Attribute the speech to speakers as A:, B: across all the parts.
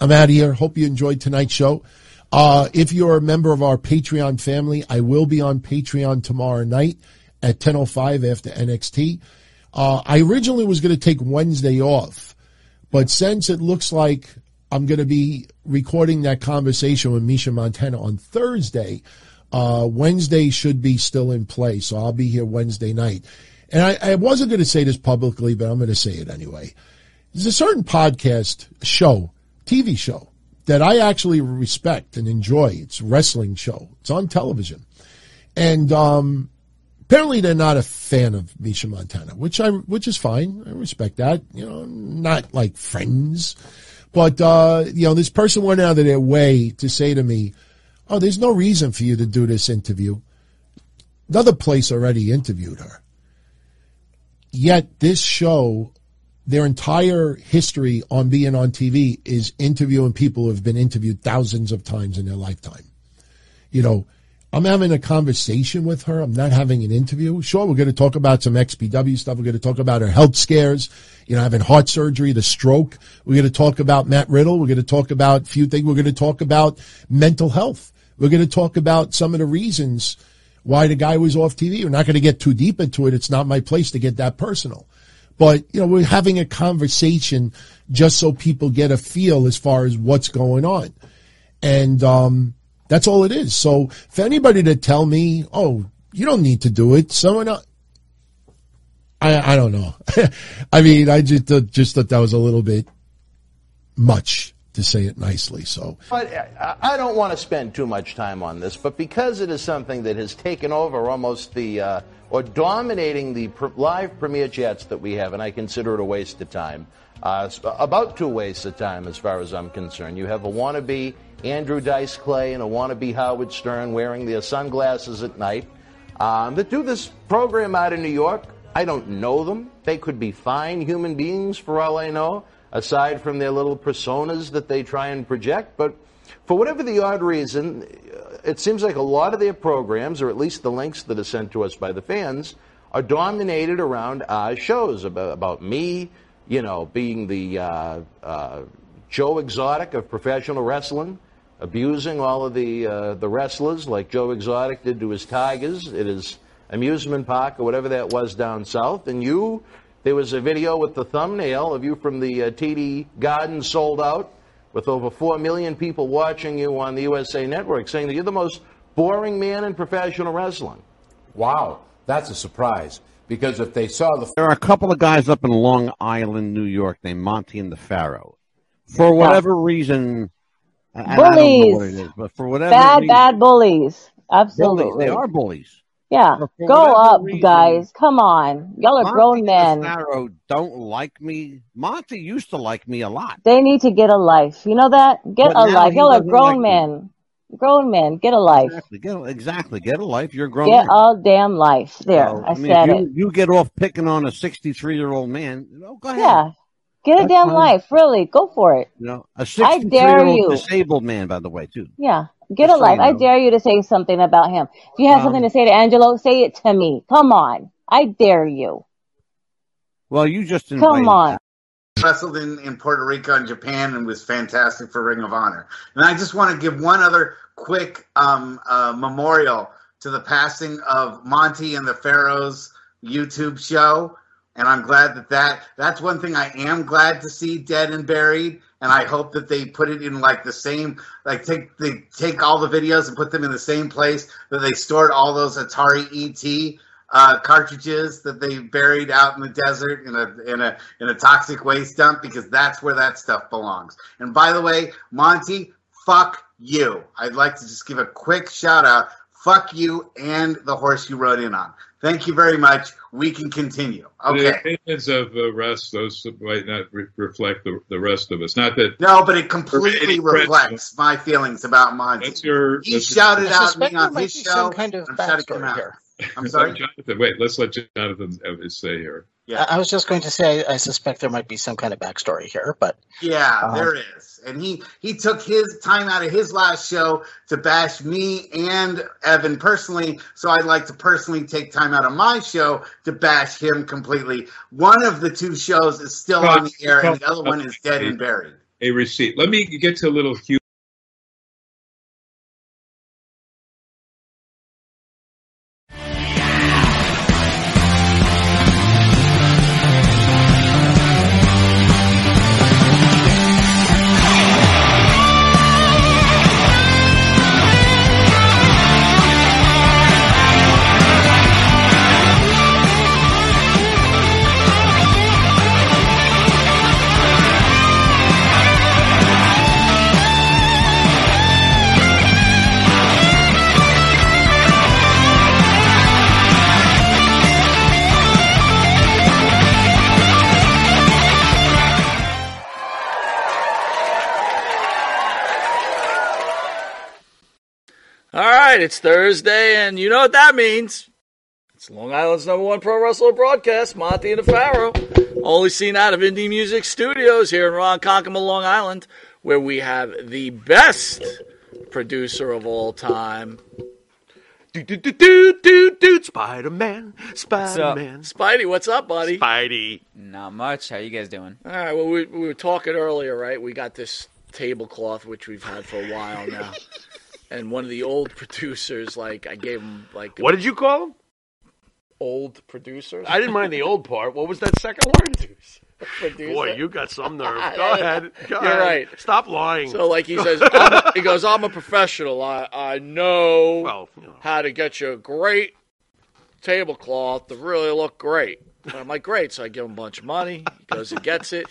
A: I'm out of here. Hope you enjoyed tonight's show. Uh, if you're a member of our Patreon family, I will be on Patreon tomorrow night at 10.05 after NXT. Uh, I originally was going to take Wednesday off, but since it looks like I'm going to be recording that conversation with Misha Montana on Thursday, uh, Wednesday should be still in play. So I'll be here Wednesday night. And I, I wasn't going to say this publicly, but I'm going to say it anyway. There's a certain podcast show, TV show that I actually respect and enjoy. It's a wrestling show. It's on television. And, um, apparently they're not a fan of Misha Montana, which I, which is fine. I respect that. You know, not like friends, but, uh, you know, this person went out of their way to say to me, Oh, there's no reason for you to do this interview. Another place already interviewed her. Yet this show their entire history on being on TV is interviewing people who have been interviewed thousands of times in their lifetime. You know, I'm having a conversation with her. I'm not having an interview. Sure, we're going to talk about some XPW stuff. We're going to talk about her health scares, you know, having heart surgery, the stroke. We're going to talk about Matt Riddle. We're going to talk about a few things. We're going to talk about mental health. We're going to talk about some of the reasons why the guy was off TV. We're not going to get too deep into it. It's not my place to get that personal but you know we're having a conversation just so people get a feel as far as what's going on and um, that's all it is so for anybody to tell me oh you don't need to do it someone else I, I don't know. I mean, I just uh, just thought that was a little bit much to say it nicely. So,
B: But uh, I I don't want to spend too much time on this, but because it is something that has taken over almost the, uh, or dominating the pr- live premiere chats that we have, and I consider it a waste of time, uh, s- about two wastes of time as far as I'm concerned. You have a wannabe Andrew Dice Clay and a wannabe Howard Stern wearing their sunglasses at night um, that do this program out in New York. I don't know them. They could be fine human beings for all I know aside from their little personas that they try and project. But for whatever the odd reason, uh, it seems like a lot of their programs, or at least the links that are sent to us by the fans, are dominated around uh, shows about, about me, you know, being the uh, uh, Joe Exotic of professional wrestling, abusing all of the uh, the wrestlers like Joe Exotic did to his Tigers at his amusement park or whatever that was down south, and you there was a video with the thumbnail of you from the uh, TD Garden sold out with over 4 million people watching you on the USA Network saying that you're the most boring man in professional wrestling.
C: Wow, that's a surprise. Because if they saw the
D: There are a couple of guys up in Long Island, New York, named Monty and the Pharaoh. For whatever reason, and I don't know what it
E: Bullies.
D: is, but for whatever
E: Bad,
D: reason,
E: bad bullies. Absolutely.
D: bullies, they are bullies.
E: Yeah.
D: For- for
E: Go
D: whatever
E: up,
D: reason,
E: guys. Come on. Y'all are
D: Monty
E: grown
D: and
E: men.
D: the Pharaoh don't like me. Monty used to like me a lot.
E: They need to get a life. You know that? Get
D: But
E: a
D: now
E: life.
D: he
E: Y'all are
D: doesn't
E: grown
D: like
E: men. Grown men. Get a life.
D: Exactly. Get, exactly. Get a life. You're a grown.
E: Get
D: man.
E: a damn life. There.
D: So,
E: I,
D: mean, if
E: said
D: you,
E: it.
D: You get off picking on a 63 year old man. Oh, go ahead.
E: Yeah. Get a
D: That's
E: damn
D: fine.
E: life. Really. Go for it.
D: You know, a 63
E: I
D: year
E: dare
D: old
E: you.
D: disabled man, by the way, too.
E: Yeah. Get
D: Just
E: a
D: so you
E: life. I
D: know.
E: dare you to say something about him. If you have
D: Um,
E: something to say to Angelo, say it to me. Come on. I dare you.
D: Well, you just invited
E: Come on.
F: wrestled in, in Puerto Rico and Japan and was fantastic for Ring of Honor. And I just want to give one other quick um, uh, memorial to the passing of Monty and the Pharaohs YouTube show. And I'm glad that, that that's one thing I am glad to see dead and buried. And I hope that they put it in like the same, like take they take all the videos and put them in the same place that they stored all those Atari ET uh, cartridges that they buried out in the desert in a in a in a toxic waste dump because that's where that stuff belongs. And by the way, Monty, fuck you. I'd like to just give a quick shout out. Fuck you and the horse you rode in on. Thank you very much. We can continue. Okay.
G: The opinions of the rest, those might not re- reflect the, the rest of us. Not that
F: No, but it
G: Any
F: completely
G: friends-
F: reflects my feelings about Monty.
G: that's your.
F: He
G: that's
F: shouted
G: your,
F: out
H: suspect
F: me on
H: there might
F: his
H: be
F: show.
H: some kind of
F: I'm shouting him
H: backstory
F: out.
H: here.
F: I'm sorry.
G: Jonathan, wait, let's let Jonathan uh, say here.
F: Yeah.
H: I I was just going to say, I suspect there might be some kind of backstory here, but
F: Yeah,
H: Uh-huh.
F: there is. And he he took his time out of his last show to bash me and Evan personally, so I'd like to personally take time out of my show to bash him completely. One of the two shows is still on the air and the other one is dead and buried.
G: a receipt. Let me get to a little Hugh.
I: All right, it's Thursday, and you know what that means. It's Long Island's number one pro wrestler broadcast, Monty and the Pharaoh, only seen out of Indie Music Studios here in Ronkonkoma, Long Island, where we have the best producer of all time,
B: Do do do do do do Spider Man, Spider Man,
I: Spidey. What's up, buddy?
B: Spidey.
J: Not much. How you guys doing?
I: All right. Well, we, we were talking earlier, right? We got this tablecloth which we've had for a while now, and one of the old producers, like I gave him like
B: What did you call him?
I: old producers.
B: I didn't mind the old part. What was that second word?
I: producer.
B: Boy, you got some nerve. Go ahead. Go
I: You're
B: ahead.
I: right.
B: Stop lying.
I: So like he says, I'm a, he goes, I'm a professional. I I know
B: well, you know,
I: how to get you a great tablecloth to really look great. And I'm like, great. So I give him a bunch of money. He goes and gets it.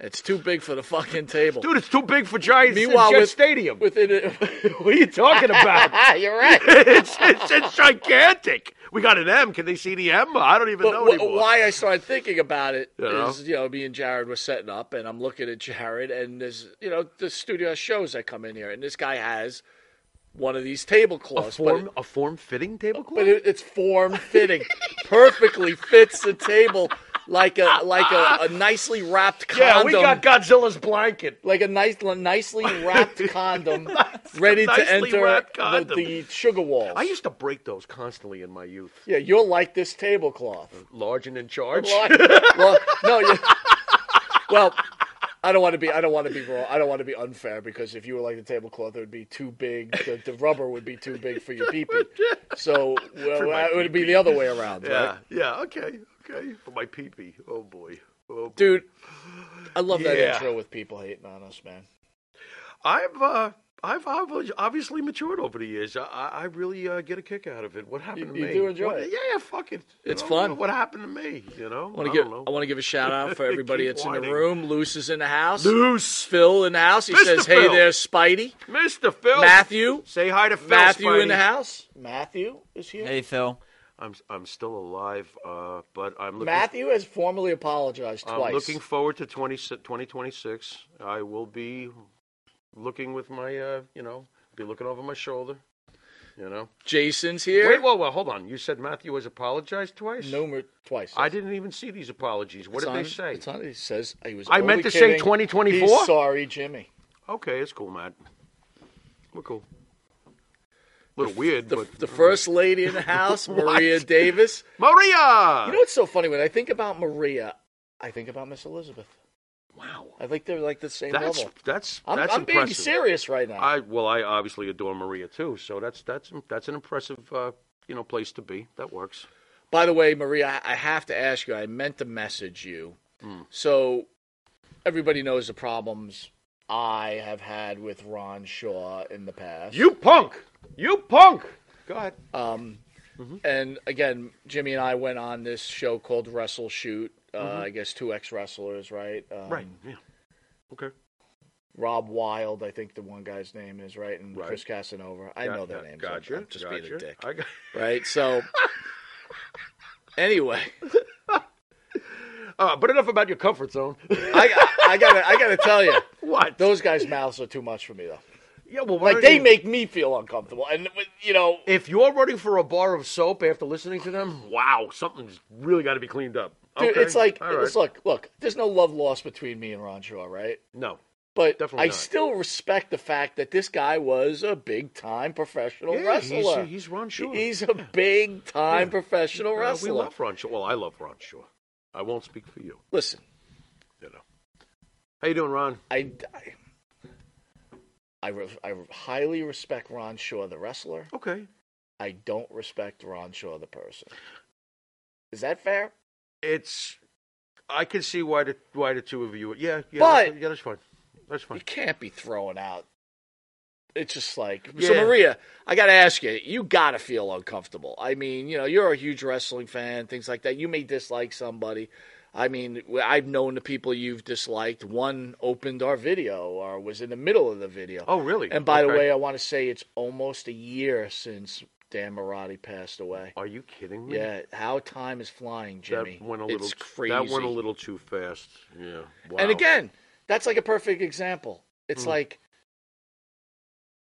I: It's too big for the fucking table.
B: dude, it's too big for Giants
I: Meanwhile,
B: Jet
I: with-
B: Stadium.
I: Within it,
B: what are you talking about?
I: ah, you're right.
B: it's, it's it's gigantic. We got an M. Can they see the M? I don't even
I: But
B: know
I: wh-
B: anymore.
I: why I started thinking about it is,
B: You know?
I: you know, me and Jared were setting up, and I'm looking at Jared, and there's, you know, the studio has shows that come in here, and this guy has one of these
B: a
I: tablecloths, but,
B: form
I: it,
B: a form fitting tablecloth?
I: but it, it's form fitting, perfectly fits the table like a like a, a nicely wrapped condom.
B: yeah, we got Godzilla's blanket.
I: like a nice, a nicely wrapped condom, ready to
B: nicely
I: enter
B: wrapped
I: the,
B: condom.
I: the sugar walls.
B: I used to break those constantly in my youth.
I: yeah, you'll like this tablecloth.
B: Large and in charge.
I: Well, well, no, you, well, I don't want to be. I don't want to be wrong. I don't want to be unfair because if you were like the tablecloth, it would be too big. The, the rubber would be too big for your peepee. So well,
B: my
I: it would be the other way around,
B: Yeah,
I: right?
B: yeah, okay, okay. For my pee pee. Oh boy. Oh, boy.
I: Dude, I love that
B: Yeah.
I: intro with people hating on us, man.
B: I've uh, I've obvi- obviously matured over the years. I, I I really uh, get a kick out of it. What happened to
I: you
B: me?
I: do enjoy
B: What-
I: it.
B: Yeah, fuck it. You
I: It's
B: know,
I: fun.
B: What happened to me? You know.
I: I want to
B: don't
I: give.
B: know.
I: I want to give a shout out for everybody
B: Keep
I: that's in
B: whining.
I: the room. Luce is in the house.
B: Deuce,
I: Phil in the house. He
B: Mr.
I: says, "Hey
B: Phil."
I: there, Spidey."
B: Mr. Phil.
I: Matthew,
B: Say hi to Phil.
I: Matthew in the
B: Spidey.
I: house. Matthew is here.
J: Hey Phil.
B: I'm I'm still alive, uh, but I'm looking.
I: Matthew has formally apologized
B: I'm
I: twice.
B: looking forward to 20, 2026. I will be looking with my, uh, you know, be looking over my shoulder. You know.
I: Jason's here.
B: Wait, whoa, whoa, hold on. You said Matthew has apologized twice.
I: Numer twice.
B: I didn't even see these apologies. What
I: It's
B: did
I: on-
B: they say?
I: It's on, it says he was.
B: I meant
I: only
B: to say
I: kidding.
B: 2024?
I: He's sorry, Jimmy.
B: Okay, it's cool, Matt. We're cool. A little weird,
I: The,
B: but
I: the first lady in the house, Maria Davis.
B: Maria.
I: You know what's so funny? When I think about Maria, I think about Miss Elizabeth.
B: wow,
I: I think they're like the same
B: that's
I: level.
B: that's
I: I'm,
B: that's
I: I'm being
B: impressive.
I: serious right now.
B: I well, I obviously adore Maria too, so that's that's that's an impressive uh, you know place to be. That works.
I: By the way, Maria, I- I have to ask you. I meant to message you.
B: Hmm.
I: So everybody knows the problems I have had with Ron Shaw in the past.
B: You punk, you punk. Go ahead. Mm-hmm.
I: Um, And again, Jimmy and I went on this show called Wrestle Shoot. Uh, I guess two ex wrestlers, right? Um,
B: Mm-hmm. right. Yeah. Okay.
I: Rob Wild, I think the one guy's name is right, and
B: Right.
I: Chris Casanova. I
B: Got-
I: know their names. I'm-
B: Gotcha.
I: I'm just
B: gotcha.
I: being a dick,
B: I got-
I: right? So anyway,
B: Uh, but enough about your comfort zone.
I: I, I gotta I gotta tell you,
B: what?
I: those guys' mouths are too much for me though.
B: yeah. Well, why
I: Like
B: don't
I: they
B: you-
I: make me feel uncomfortable, and you know,
B: If you're running for a bar of soap after listening to them, wow, something's really got to be cleaned up.
I: dude,
B: Okay,
I: it's like
B: all
I: it's
B: right.
I: look, look. There's no love lost between me and Ron Shaw, right?
B: no,
I: But
B: Definitely
I: I
B: not.
I: still respect the fact that this guy was a big time professional
B: yeah,
I: wrestler.
B: He's, he's Ron Shaw.
I: He's a big time professional
B: Uh, we
I: wrestler.
B: love Ron Shaw. Well, I love Ron Shaw. I won't speak for you.
I: Listen,
B: You know, How you doing, Ron?
I: I, I, re- I highly respect Ron Shaw, the wrestler.
B: Okay.
I: I don't respect Ron Shaw, the person. Is that fair?
B: It's. I can see why the why the two of you. Yeah, yeah,
I: But-
B: that's, yeah. That's fine. That's fine.
I: You can't be throwing out. It's just like so,
B: Yeah.
I: Maria. I got to ask you. You got to feel uncomfortable. I mean, you know, you're a huge wrestling fan, things like that. You may dislike somebody. I mean, w- I've known the people you've disliked. One opened our video or was in the middle of the video.
B: Oh, really?
I: And by the
B: Okay.
I: way, I want to say it's almost a year since Dan Marotti passed away.
B: Are you kidding me?
I: Yeah, how time is flying, Jimmy.
B: That went a little.
I: It's
B: t-
I: crazy.
B: That went a little too fast. Yeah. Wow.
I: And again, that's like a perfect example. It's
B: Hmm.
I: like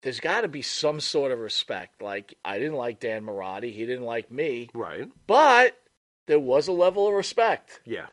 I: there's got to be some sort of respect. Like I didn't like Dan Marotti, he didn't like me,
B: Right.
I: but there was a level of respect.
B: Yeah.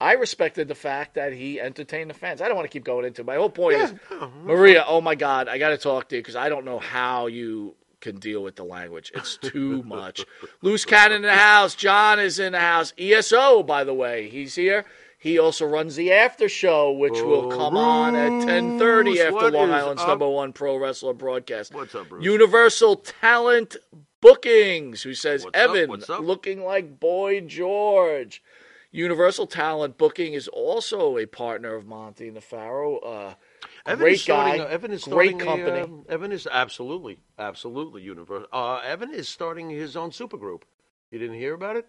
I: I respected the fact that he entertained the fans. I don't want to keep going into it. my whole point is
B: Oh,
I: Maria. Oh my God, I got to talk to you because I don't know how you can deal with the language. It's too much. Loose cannon in the house. John is in the house. ESO, by the way, he's here. He also runs the after show, which will come on at ten thirty
B: Bruce,
I: after
B: what
I: Long
B: is
I: Island's
B: up?
I: number one pro wrestler broadcast.
B: What's up, Bruce?
I: Universal Talent Bookings, who says
B: What's up?
I: Evan
B: What's up?
I: looking like Boy George. Universal Talent Booking is also a partner of Monty and the Pharaoh. Uh,
B: Evan
I: great
B: is starting,
I: guy,
B: uh, Evan is
I: great
B: starting a,
I: company.
B: uh, Evan is absolutely, absolutely universal. Uh, Evan is starting his own supergroup. You didn't hear about it?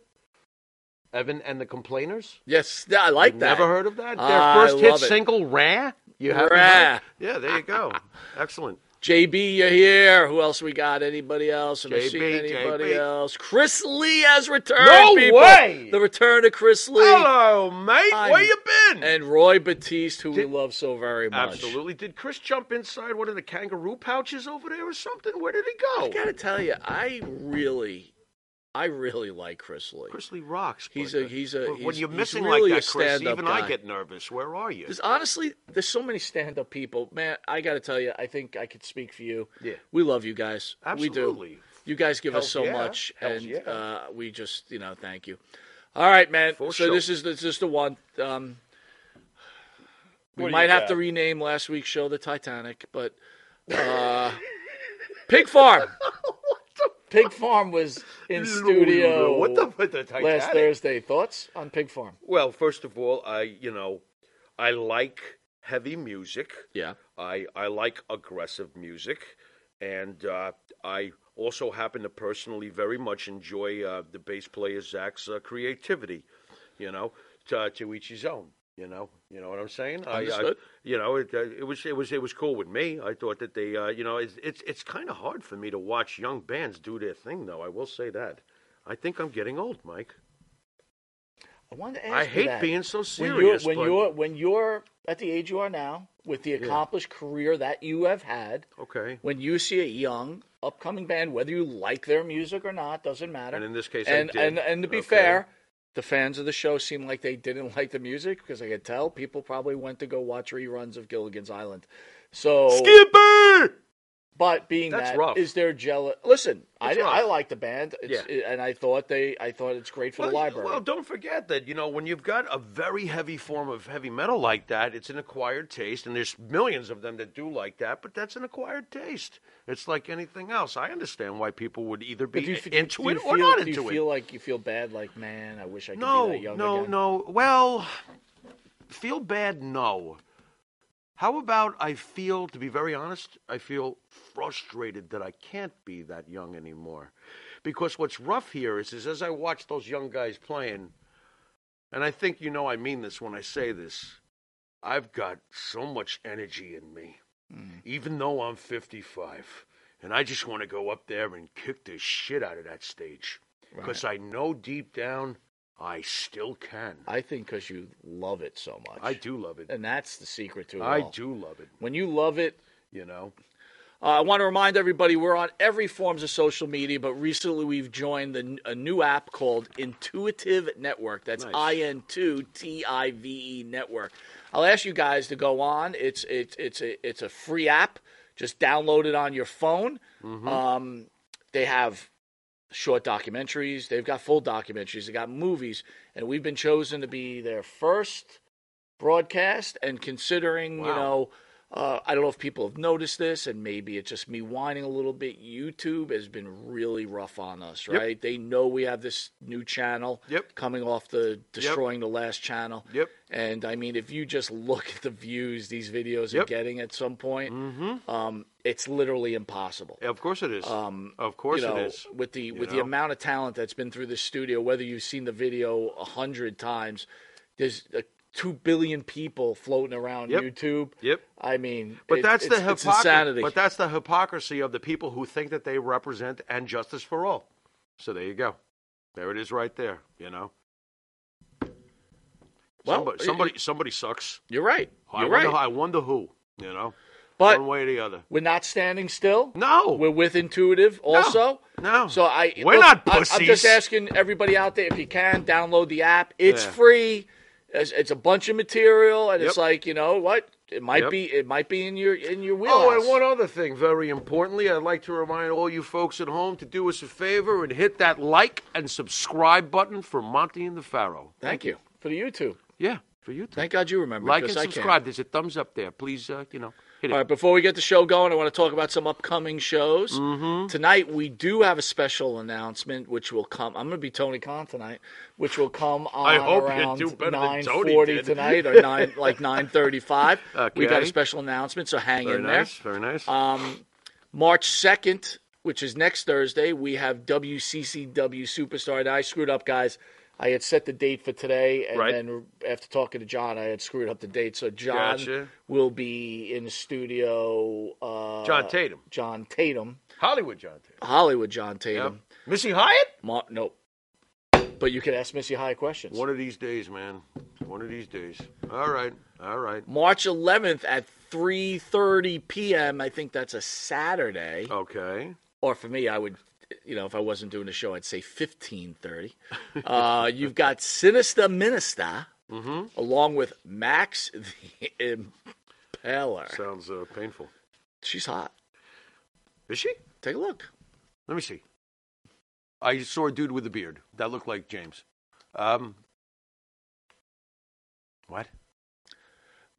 B: Evan and the Complainers.
I: yes, yeah, I like
B: You've
I: that.
B: Never heard of that? Their
I: I
B: first hit
I: love it.
B: single, "Rah." You haven't
I: Rah.
B: heard? Yeah, there you go. Excellent.
I: JB, you're here. Who else we got? Anybody else? Have I
B: JB,
I: seen anybody
B: JB.
I: else? Chris Lee has returned.
B: No
I: people.
B: way!
I: The return of Chris Lee
B: Hello, mate. Where
I: I'm-
B: you been?
I: and Roy Batiste, who
B: Did-
I: we love so very much.
B: Absolutely. Did Chris jump inside one of the kangaroo pouches over there or something? Where did he
I: I
B: go?
I: gotta tell you, I really, I really like Chris Lee.
B: Chris Lee rocks.
I: He's
B: but,
I: a-
B: uh,
I: he's a-
B: When when
I: he's-
B: you're
I: he's
B: missing
I: really a
B: like that, Chris,
I: stand-up
B: even
I: guy.
B: I get nervous. Where are you?
I: There's honestly, there's so many stand-up people. Man, I gotta tell you, I think I could speak for you.
B: Yeah.
I: we love you guys. We do.
B: Absolutely.
I: You guys give us
B: Hells
I: so
B: yeah.
I: much,
B: Hells
I: and
B: yeah.
I: uh, we just, you know, thank you. All right, man.
B: For
I: so
B: sure.
I: this is this is the one. Um,
B: What do
I: we
B: you
I: might have
B: got?
I: to rename last week's show the Titanic, but uh, Pig Farm. Pig Farm was in studio.
B: What the? What the Titanic?
I: last Thursday? Thoughts on Pig Farm?
B: Well, first of all, I you know, I like heavy music.
I: Yeah.
B: I I like aggressive music, and uh, I also happen to personally very much enjoy uh, the bass player Zach's uh, creativity. You know, to, to each his own. You know, you know what I'm saying. I- I,
I: Understood.
B: you know, it, uh, it was it was it was cool with me. I thought that they, uh, you know, it's it's, it's kind of hard for me to watch young bands do their thing, though. I will say that. I think I'm getting old, Mike.
I: I wanted to ask
B: I
I: you
B: hate
I: that.
B: being so
I: When you're-
B: serious,
I: When
B: but-
I: you're, when you're at the age you are now, with the accomplished career that you have had,
B: Okay.
I: when you see a young upcoming band, whether you like their music or not, doesn't matter.
B: And in this case, I
I: and
B: did.
I: and, and to be
B: Okay.
I: fair, the fans of the show seemed like they didn't like the music because I could tell people probably went to go watch reruns of Gilligan's Island. So
B: Skipper.
I: but being
B: That's
I: that,
B: rough.
I: is there jealous? Listen, I,
B: It's rough.
I: I like the band, it's, and I thought they, I thought it's great for the
B: well,
I: library.
B: well, don't forget that you know when you've got a very heavy form of heavy metal like that, it's an acquired taste, and there's millions of them that do like that. But that's an acquired taste. It's like anything else. I understand why people would either
I: But
B: be
I: do you f-
B: into
I: do
B: it
I: you
B: or
I: feel-
B: not
I: Do
B: into
I: you
B: it.
I: feel like you feel bad? Like, man, I wish I could
B: no,
I: be that young
B: no,
I: again.
B: no. Well, feel bad. No. How about I feel, to be very honest, I feel frustrated that I can't be that young anymore. Because what's rough here is, is as I watch those young guys playing, and I think you know I mean this when I say this, I've got so much energy in me, even though I'm 55. And I just want to go up there and kick the shit out of that stage. Because I know deep down I still can.
I: I think because you love it so much.
B: I do love it.
I: and that's the secret to it.
B: I
I: all.
B: do love it,
I: When you love it,
B: you know?
I: Uh, I want to remind everybody we're on every forms of social media, but recently we've joined the, a new app called Intuitive Network. That's
B: Nice.
I: I N two T I V E Network. I'll ask you guys to go on. It's it's it's a it's a free app. Just download it on your phone.
B: Mm-hmm.
I: Um, they have short documentaries. They've got full documentaries. They got movies, and we've been chosen to be their first broadcast and considering, you know, uh, I don't know if people have noticed this, and maybe it's just me whining a little bit. YouTube has been really rough on us,
B: Yep.
I: right? They know we have this new channel
B: Yep.
I: coming off the destroying the last channel.
B: Yep.
I: And I mean, if you just look at the views these videos are
B: Yep. Mm-hmm.
I: getting at some point, um, it's literally impossible.
B: Of course it is.
I: Um,
B: of course
I: you know,
B: it is.
I: With the
B: You
I: with the
B: know?
I: amount of talent that's been through this studio, whether you've seen the video a hundred times, there's uh, two billion people floating around
B: Yep.
I: YouTube.
B: Yep.
I: I mean,
B: But
I: it-
B: that's the
I: it's, it's insanity.
B: hypocrisy. But that's the hypocrisy of the people who think that they represent and justice for all. So there you go. There it is, right there. You know.
I: Well,
B: somebody,
I: it-
B: somebody, somebody sucks.
I: You're right.
B: I
I: You're
B: wonder,
I: right.
B: I wonder who. You know.
I: But-
B: one way or the other.
I: We're not standing still.
B: No.
I: We're with Intuitive also.
B: No.
I: So I
B: We're
I: look,
B: not
I: I- I'm
B: pussies.
I: just asking everybody out there if you can download the app. It's
B: Yeah.
I: free. It's, it's a bunch of material, and
B: Yep.
I: it's like you know what it might
B: Yep.
I: be. It might be in your in your wheelhouse.
B: Oh, and one other thing, very importantly, I'd like to remind all you folks at home to do us a favor and hit that like and subscribe button for Monty and the Pharaoh.
I: Thank you for the YouTube.
B: Yeah, for you.
I: Thank God you remember.
B: Like and
I: because I can't.
B: subscribe. There's a thumbs up there. Please, uh, you know, hit it.
I: All right, before we get the show going, I want to talk about some upcoming shows.
B: Mm-hmm.
I: Tonight, we do have a special announcement, which will come. I'm going to be Tony Khan tonight, which will come on
B: I hope you
I: around
B: do better than Tony
I: 9:40
B: did.
I: tonight or nine, like 9:35. We've got
B: Okay.
I: a special announcement, so hang
B: very
I: in
B: nice.
I: there.
B: Very nice.
I: Um, March 2nd, which is next Thursday, we have WCCW Superstar. Now, I screwed up, guys. I had set the date for today, and
B: Right.
I: then after talking to John, I had screwed up the date. So John
B: Gotcha.
I: will be in the studio. Uh,
B: John Tatum.
I: John Tatum.
B: Hollywood, John.
I: Hollywood John Tatum.
B: Missy Hyatt.
I: Ma- nope. But you could ask Missy High questions.
B: One of these days, man. One of these days. All right. All right.
I: March 11th at 3:30 p.m. I think that's a Saturday.
B: Okay.
I: Or for me, I would, you know, if I wasn't doing a show, I'd say 15:30. Uh, you've got Sinister Minister,
B: Mm-hmm.
I: along with Max the Impeller.
B: Sounds uh, painful.
I: She's hot.
B: Is she?
I: Take a look.
B: Let me see. I saw a dude with a beard that looked like James. Um, what?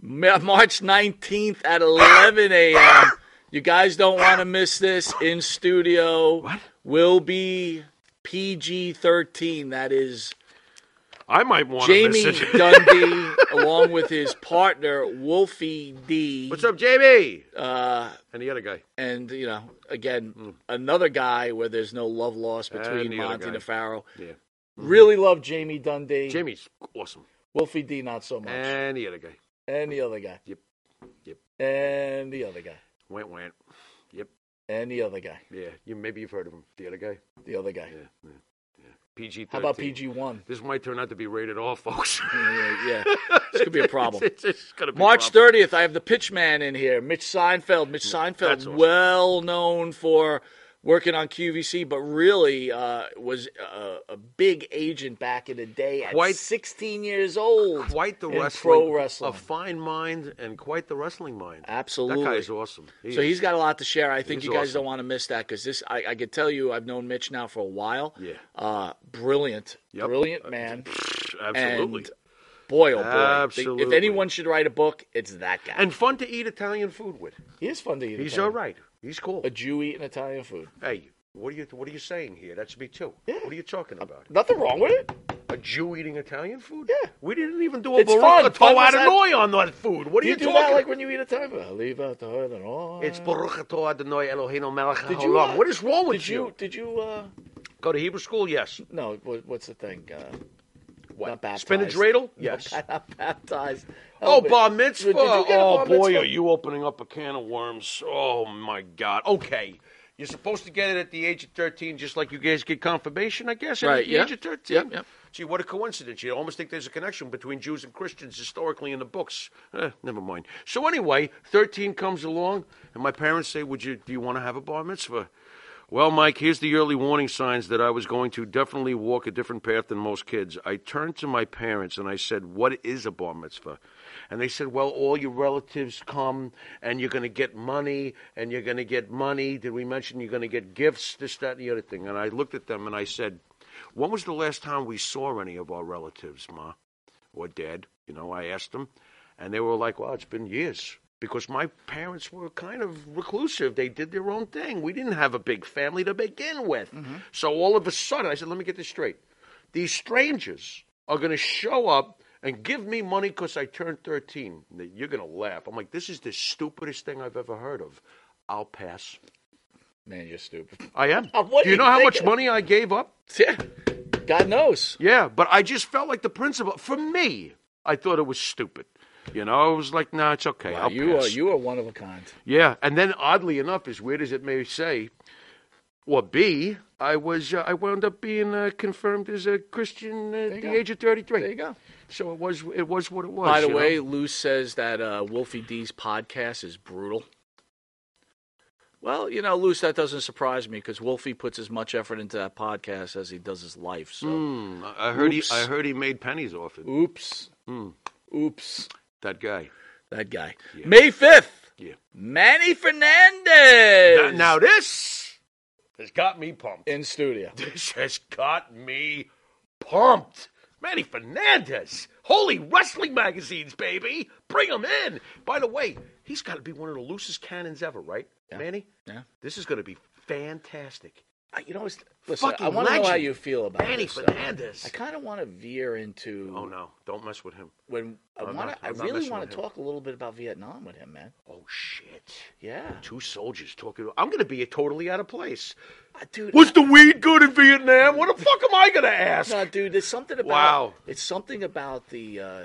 I: Ma- March 19th at 11 a.m. You guys don't want to miss this in studio. Will be PG 13. That is
B: I might want
I: Jamie
B: to miss it.
I: Dundee, along with his partner Wolfie D.
B: What's up, Jamie?
I: Uh,
B: and the other guy. Hmm.
I: and you know, again, another guy where there's no love lost between
B: And the other guy.
I: Monty Nefaro.
B: Yeah.
I: Really love Jamie Dundee.
B: Jamie's awesome.
I: Wolfie D, not so much.
B: And the other guy.
I: and the other guy.
B: Yep. Yep.
I: And the other guy.
B: Went, went. Yep.
I: And the other guy.
B: Yeah. You maybe you've heard of him. The other guy.
I: The other guy.
B: Yeah. yeah, yeah. PG.
I: How about PG one?
B: This might turn out to be rated all, folks.
I: Yeah, yeah. This could be a problem.
B: it's, it's gonna be
I: March
B: a problem. Mm,
I: thirtieth, I have the pitchman in here, Mitch Seinfeld. Mitch Seinfeld,
B: awesome.
I: well known for working on QVC, but really uh, was a, a big agent back in the day at
B: Quite-
I: sixteen years old.
B: Quite the
I: in
B: wrestling,
I: pro wrestling.
B: a fine mind, and quite the wrestling mind.
I: Absolutely.
B: that guy is awesome. He
I: so
B: is.
I: he's got a lot to share. I think
B: He's
I: you guys
B: awesome.
I: don't want to miss that because this, I, I could tell you, I've known Mitch now for a while.
B: Yeah.
I: Uh, brilliant,
B: Yep. Uh,
I: brilliant man.
B: absolutely.
I: And boy, oh boy.
B: Absolutely.
I: If anyone should write a book, it's that guy.
B: and fun to eat Italian food with.
I: he is fun to eat.
B: He's
I: Italian.
B: all right. He's cool.
I: A Jew eating Italian food.
B: Hey, what are you what are you saying here? That's me too. What are you talking about?
I: Nothing wrong with it.
B: A Jew eating Italian food?
I: Yeah.
B: We didn't even do a
I: It's fun.
B: baruch
I: Fun
B: toe
I: was that-
B: adonoi on that food. What are
I: Do
B: you,
I: you do
B: talking?
I: that like when you eat Italian food? I leave out the heart and all.
B: it's baruch toe adonoi Eloheinu melech
I: Did you,
B: haolam.
I: uh,
B: What is wrong with
I: Did you? Did you? uh
B: Go to Hebrew school? Yes.
I: No. What, what's the thing? Uh, Not
B: What?
I: baptized.
B: Spinach dreidel?
I: No,
B: Yes.
I: not baptized.
B: Oh,
I: but-
B: bar
I: Did
B: mitzvah!
I: you get a
B: Oh
I: bar
B: boy,
I: mitzvah?
B: are you opening up a can of worms? Oh my God! Okay, you're supposed to get it at the age of thirteen, just like you guys get confirmation, I guess.
I: Right,
B: At the
I: yeah.
B: age of thirteen.
I: Yep, yep.
B: Gee, what a coincidence! You almost think there's a connection between Jews and Christians historically in the books. Eh, never mind. So anyway, thirteen comes along, and my parents say, "Would you? Do you want to have a bar mitzvah?" Well, Mike, here's the early warning signs that I was going to definitely walk a different path than most kids. I turned to my parents and I said, What is a bar mitzvah? And they said, Well, all your relatives come and you're going to get money and you're going to get money. Did we mention you're going to get gifts, this, that, and the other thing? And I looked at them and I said, When was the last time we saw any of our relatives, Ma? or dad. You know, I asked them.
I: And they were like, wow, it's been years. Because my parents were kind of reclusive. They did their own thing. We didn't have a big family to begin with. So all of a sudden, I said, let me get this straight. These strangers are going to show up and give me money because I turned 13. You're going to laugh. I'm like, this is the stupidest thing I've ever heard of. I'll pass.
H: Man, you're stupid.
I: I am.
H: What
I: Do
H: are
I: you
H: you
I: know how much
H: thinking?
I: money I gave up?
H: Yeah. God knows.
I: Yeah, but I just felt like the principle for me. I thought it was stupid. You know, I was like, nah, it's okay. I'll
H: you
I: pass.
H: are you are one of a kind.
I: Yeah, and then oddly enough, as weird as it may say, or B, I was uh, I wound up being uh, confirmed as a Christian at the
H: go.
I: age of thirty three.
H: There you go.
I: So it was it was what it was.
H: By the
I: you know?
H: way, Lou says that uh, Wolfie D's podcast is brutal. Well, you know, Luce, that doesn't surprise me because Wolfie puts as much effort into that podcast as he does his life. So,
I: Mm, I I heard
H: Oops.
I: he I heard he made pennies off it.
H: oops,
I: Mm,
H: oops,
I: that guy.
H: that guy. May fifth,
I: Yeah.
H: Manny Fernandez.
I: Now, now this has got me pumped.
H: in studio.
I: This has got me pumped. Manny Fernandez. Holy wrestling magazines, baby. Bring him in. By the way, he's got to be one of the loosest cannons ever, right, Manny?
H: Yeah.
I: This is going to be fantastic.
H: I, you know, it's- listen,
I: Fucking
H: I want to know how
I: legend.
H: you feel about
I: Manny
H: this, though.
I: Fernandez.
H: I kind of want to veer into
I: Oh, no. Don't mess with him.
H: when I
I: I'm
H: want
I: not-
H: to. I
I: I'm not
H: really
I: messing
H: want
I: with
H: to
I: him.
H: talk a little bit about Vietnam with him, man.
I: Oh, shit.
H: Yeah,
I: Two soldiers talking. I'm going to be totally out of place.
H: Uh, dude.
I: Was the weed good in Vietnam? What the fuck am I going to ask?
H: No, dude, there's something about
I: Wow.
H: it's something about the uh,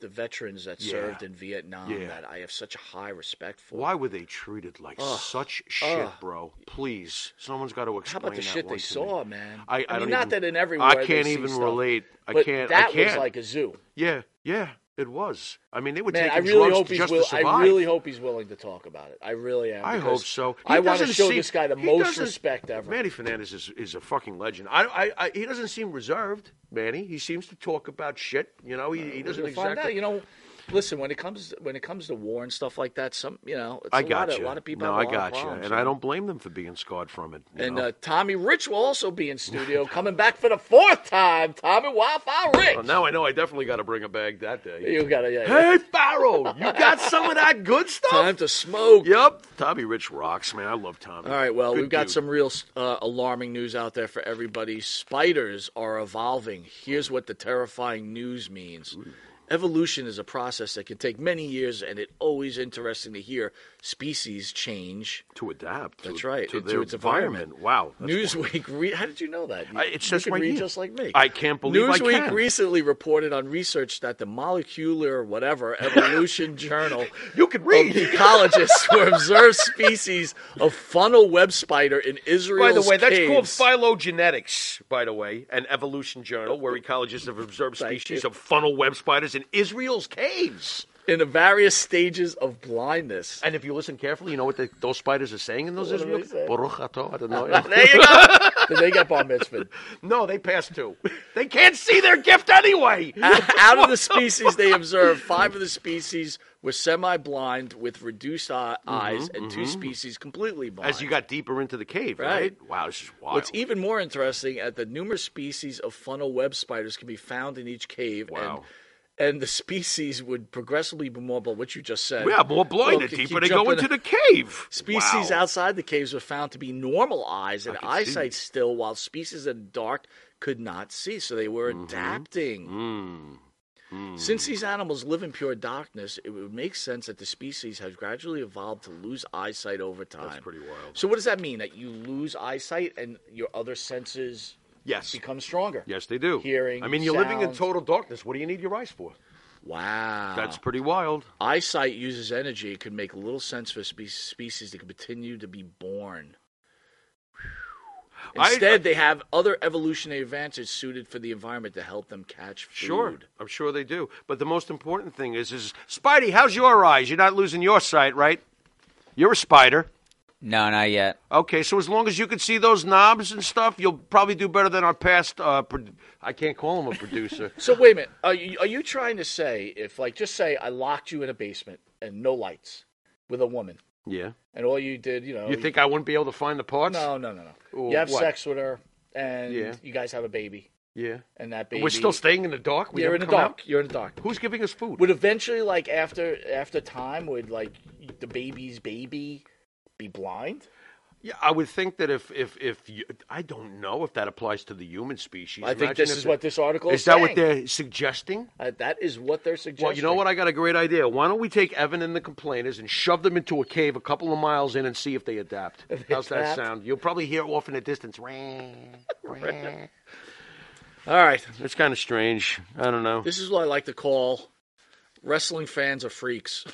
H: the veterans that
I: Yeah.
H: served in Vietnam
I: Yeah.
H: that I have such a high respect for.
I: Why were they treated like
H: Ugh.
I: such shit,
H: Ugh.
I: bro? Please, someone's got to
H: How
I: explain
H: about the
I: that
H: shit
I: one
H: they
I: to me.
H: saw, man?
I: I, I,
H: mean,
I: don't
H: not
I: even-
H: that in every
I: I
H: war they
I: can't
H: see
I: even
H: stuff,
I: relate. I
H: but
I: can't.
H: That
I: I can't.
H: was like a zoo,
I: yeah, yeah, it was. I mean, they were
H: man. I
I: taking
H: really
I: drugs
H: hope he's
I: just
H: will,
I: to survive.
H: I really hope he's willing to talk about it. I really am.
I: I
H: because
I: hope so. He
H: I want to
I: doesn't
H: show
I: seem-
H: this guy the
I: he
H: most
I: doesn't-
H: respect ever.
I: Manny Fernandez is, is a fucking legend. I, I, I, he doesn't seem reserved, Manny. He seems to talk about shit. You know, he, he
H: We're
I: doesn't
H: gonna find
I: exactly.
H: out, you know. Listen, when it comes when it comes to war and stuff like that, some you know, it's
I: I
H: a lot
I: got
H: of-
I: you.
H: A lot of people.
I: no,
H: have a
I: I
H: lot
I: got
H: of problems,
I: you, and I don't blame them for being scarred from it. you
H: And
I: know?
H: uh, Tommy Rich will also be in studio, coming back for the fourth time. Tommy Wi-Fi Rich.
I: Well, now I know I definitely got to bring a bag that day.
H: You gotta, yeah, yeah.
I: Hey, Farrell, you got some of that good stuff?
H: time to smoke.
I: Yep. Tommy Rich rocks, man. I love Tommy.
H: All right, well,
I: Good
H: we've got
I: dude.
H: some real uh, alarming news out there for everybody. Spiders are evolving. Here's what the terrifying news means. Evolution is a process that can take many years, and it's always interesting to hear species change.
I: to adapt.
H: That's
I: to,
H: right,
I: To
H: and
I: their
H: to its environment.
I: Wow. that's wild.
H: Newsweek, re- how did you know that? You,
I: I- it's
H: you
I: just
H: can
I: right
H: read
I: here.
H: just like me.
I: I can't believe I
H: Newsweek
I: can.
H: recently reported on research that the molecular whatever evolution journal
I: You can
H: of
I: read.
H: ecologists were observed species of funnel web spider in Israel.
I: By the way, that's called
H: caves.
I: phylogenetics. By the way, an evolution journal where ecologists have observed
H: Thank
I: species
H: you.
I: of funnel web spiders in Israel's caves.
H: in the various stages of blindness.
I: And if you listen carefully, you know what the, those spiders are saying in those
H: What do
I: Israel.
H: they say?
I: Baruch atah Adonai.
H: There you go. Did they get bar mitzvah?
I: No, they passed two. They can't see their gift anyway.
H: out of the species they observed, five of the species were semi-blind with reduced eye- eyes, and two species completely blind.
I: Mm-hmm, As you got deeper into the cave, right?
H: Right.
I: Wow, this is wild.
H: What's even more interesting, at the numerous species of funnel web spiders can be found in each cave,
I: Wow.
H: and and the species would progressively be more blind. What you just said,
I: yeah, more
H: Well,
I: blind the
H: keep-
I: deeper
H: keep
I: they go
H: jumping.
I: into the cave.
H: Species
I: Wow.
H: outside the caves were found to be normal eyes and
I: I can see.
H: eyesight still, while species in the dark could not see. So they were
I: Mm-hmm.
H: adapting.
I: Mm. Hmm.
H: Since these animals live in pure darkness, it would make sense that the species has gradually evolved to lose eyesight over time. That's
I: pretty wild.
H: So what does that mean? That you lose eyesight and your other senses
I: Yes.
H: become stronger?
I: Yes, they do.
H: Hearing,
I: I mean, you're living in
H: sounds.
I: total darkness. What do you need your eyes for?
H: Wow.
I: That's pretty wild.
H: eyesight uses energy. It could make little sense for spe- species to continue to be born.
I: I-
H: Instead, they have other evolutionary advances suited for the environment to help them catch food.
I: Sure, I'm sure they do. But the most important thing is, is Spidey, how's your eyes? You're not losing your sight, right? You're a spider.
K: No, not yet.
I: Okay, so as long as you can see those knobs and stuff, you'll probably do better than our past. Uh, pro- I can't call him a producer.
H: So wait a minute. Are you, are you trying to say if, like, just say I locked you in a basement and no lights with a woman,
I: yeah,
H: and all you did, you know,
I: you think I wouldn't be able to find the parts?
H: no, no, no, no.
I: Or
H: you have
I: what?
H: sex with her, and
I: Yeah.
H: you guys have a baby.
B: Yeah.
I: And that baby.
B: We're still staying in the dark. We
I: You're in
B: never
I: the
B: come
I: dark.
B: out?
I: You're in the dark.
B: Who's giving us food?
I: Would eventually, like after after time, would like the baby's baby be blind?
B: Yeah, I would think that if if if you, I don't know if that applies to the human species.
I: I think
B: Imagine
I: this
B: if
I: is
B: it-
I: what this article is
B: is that what
I: saying.
B: they're suggesting?
I: Uh, that is what they're suggesting.
B: Well, you know what? I got a great idea. Why don't we take Evan and the complainers and shove them into a cave a couple of miles in and see if they adapt?
I: they
B: How's that
I: adapt.
B: sound? You'll probably hear off in the distance. All
I: right.
B: It's kind of strange. I don't know.
I: This is what I like to call wrestling fans are freaks.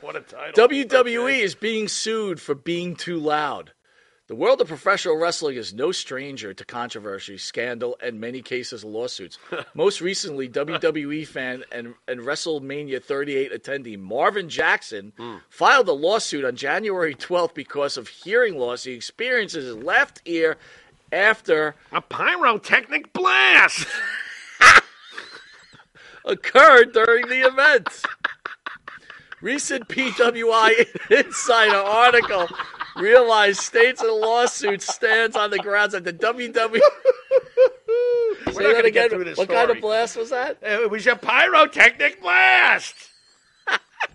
B: what a title.
I: WWE E is being sued for being too loud. The world of professional wrestling is no stranger to controversy, scandal, and many cases of lawsuits. Most recently, WWE fan and, and WrestleMania 38 attendee Marvin Jackson
B: Hmm.
I: filed a lawsuit on January 12th because of hearing loss he experienced in his left ear after
B: a pyrotechnic blast
I: occurred during the event. Recent PWI Insider article realized states and lawsuits stands on the grounds that the WWE.
B: We're
I: Say
B: not
I: that
B: gonna
I: again.
B: get through this
I: what kind of
B: story.
I: blast was that?
B: It was a pyrotechnic blast.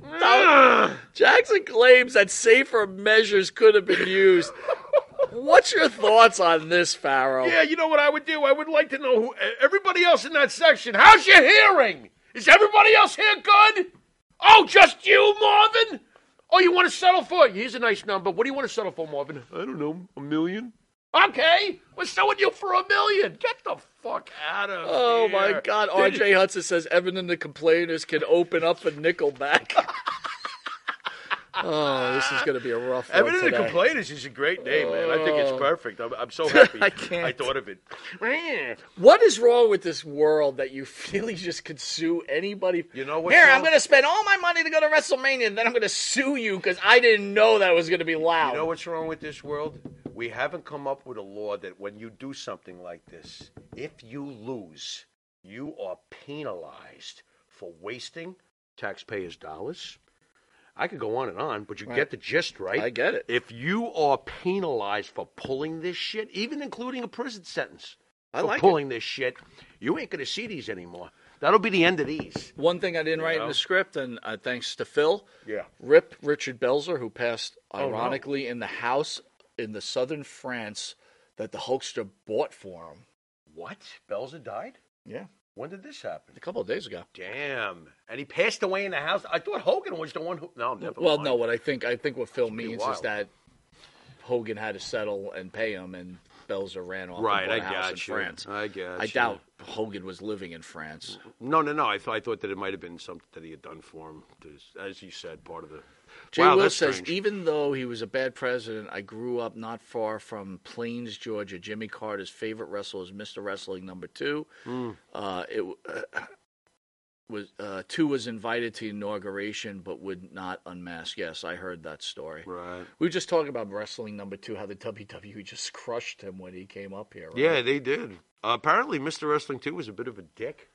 I: No. Jackson claims that safer measures could have been used. What's your thoughts on this, Farrow?
B: Yeah, you know what I would do? I would like to know who everybody else in that section. How's your hearing? Is everybody else here good? Oh, just you, Marvin? Oh, you want to settle for? Here's a nice number. What do you want to settle for, Marvin? I don't know, a million. Okay, we're selling you for a million. Get the fuck out of
I: Oh
B: here.
I: my God! R.J. Hudson says Evan and the complainers can open up a Nickelback. oh, this is going to be a rough one
B: Evan and the
I: today.
B: Complainers is a great name, man. I think
I: Oh.
B: it's perfect. I'm, I'm so happy
I: I can't.
B: thought of it.
I: What is wrong with this world that you feel you just could sue anybody? You know
B: what,
I: Here,
B: Joe?
I: I'm going to spend all my money to go to WrestleMania, and then I'm going to sue you because I didn't know that was going to be loud.
B: You know what's wrong with this world? We haven't come up with a law that when you do something like this, if you lose, you are penalized for wasting taxpayers' dollars. I could go on and on, but you
I: Right.
B: get the gist, right?
I: I get it.
B: If you are penalized for pulling this shit, even including a prison sentence
I: I
B: for
I: like it.
B: pulling this shit, you ain't going to see these anymore. That'll be the end of these.
I: One thing I didn't write in
B: know?
I: the script, and uh, thanks to Phil,
B: Yeah.
I: Rip Richard Belzer, who passed
B: Oh, no.
I: ironically in the house in the southern France that the Hulkster bought for him.
B: What? Belzer died?
I: Yeah,
B: When did this happen?
I: a couple of days ago.
B: Damn. And he passed away in the house. I thought Hogan was the one who. No, never.
I: Well,
B: mind.
I: no, what I think I think what Phil means is
B: wild.
I: that Hogan had to settle and pay him, and Belzer ran off.
B: Right,
I: and
B: I
I: bought a house
B: got
I: in
B: you.
I: France.
B: I got
I: I
B: you.
I: doubt Hogan was living in France.
B: No, no, no. I, thought I thought that it might have been something that he had done for him, to, as you said, part of the.
I: Jay
B: wow,
I: Will
B: that's
I: says,
B: strange.
I: even though he was a bad president, I grew up not far from Plains, Georgia. Jimmy Carter's favorite wrestler is Mr. Wrestling number two.
B: Hmm.
I: Uh, it w- was uh, two was invited to inauguration, but would not unmask. Yes, I heard that story.
B: Right.
I: We were just talking about wrestling number two, how the WWE just crushed him when he came up here. Right?
B: Yeah, they did. Uh, apparently, Mr. Wrestling too was a bit of a dick.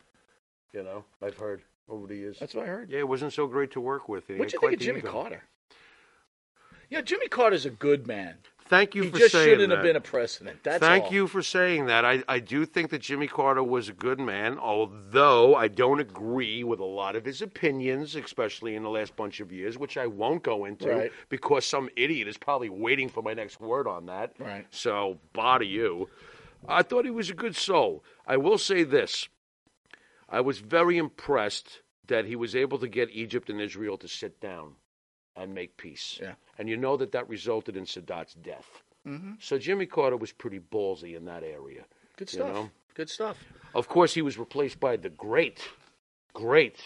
B: You know, I've heard over the years.
I: that's what I heard.
B: Yeah, it wasn't so great to work with. He had
I: What'd you think
B: quite
I: of
B: the
I: Jimmy
B: ego.
I: Carter? You know, Jimmy Carter's a good man.
B: Thank you
I: he
B: for
I: just
B: saying
I: shouldn't
B: that.
I: have been a president. That's
B: Thank
I: all.
B: you for saying that. I, I do think that Jimmy Carter was a good man, although I don't agree with a lot of his opinions, especially in the last bunch of years, which I won't go into
I: Right.
B: because some idiot is probably waiting for my next word on that.
I: Right.
B: So, body you. I thought he was a good soul. I will say this I was very impressed that he was able to get Egypt and Israel to sit down and make peace.
I: Yeah.
B: And you know that that resulted in Sadat's death.
I: Mhm.
B: So Jimmy Carter was pretty ballsy in that area.
I: Good
B: You
I: stuff.
B: know?
I: Good stuff.
B: Of course, he was replaced by the great, great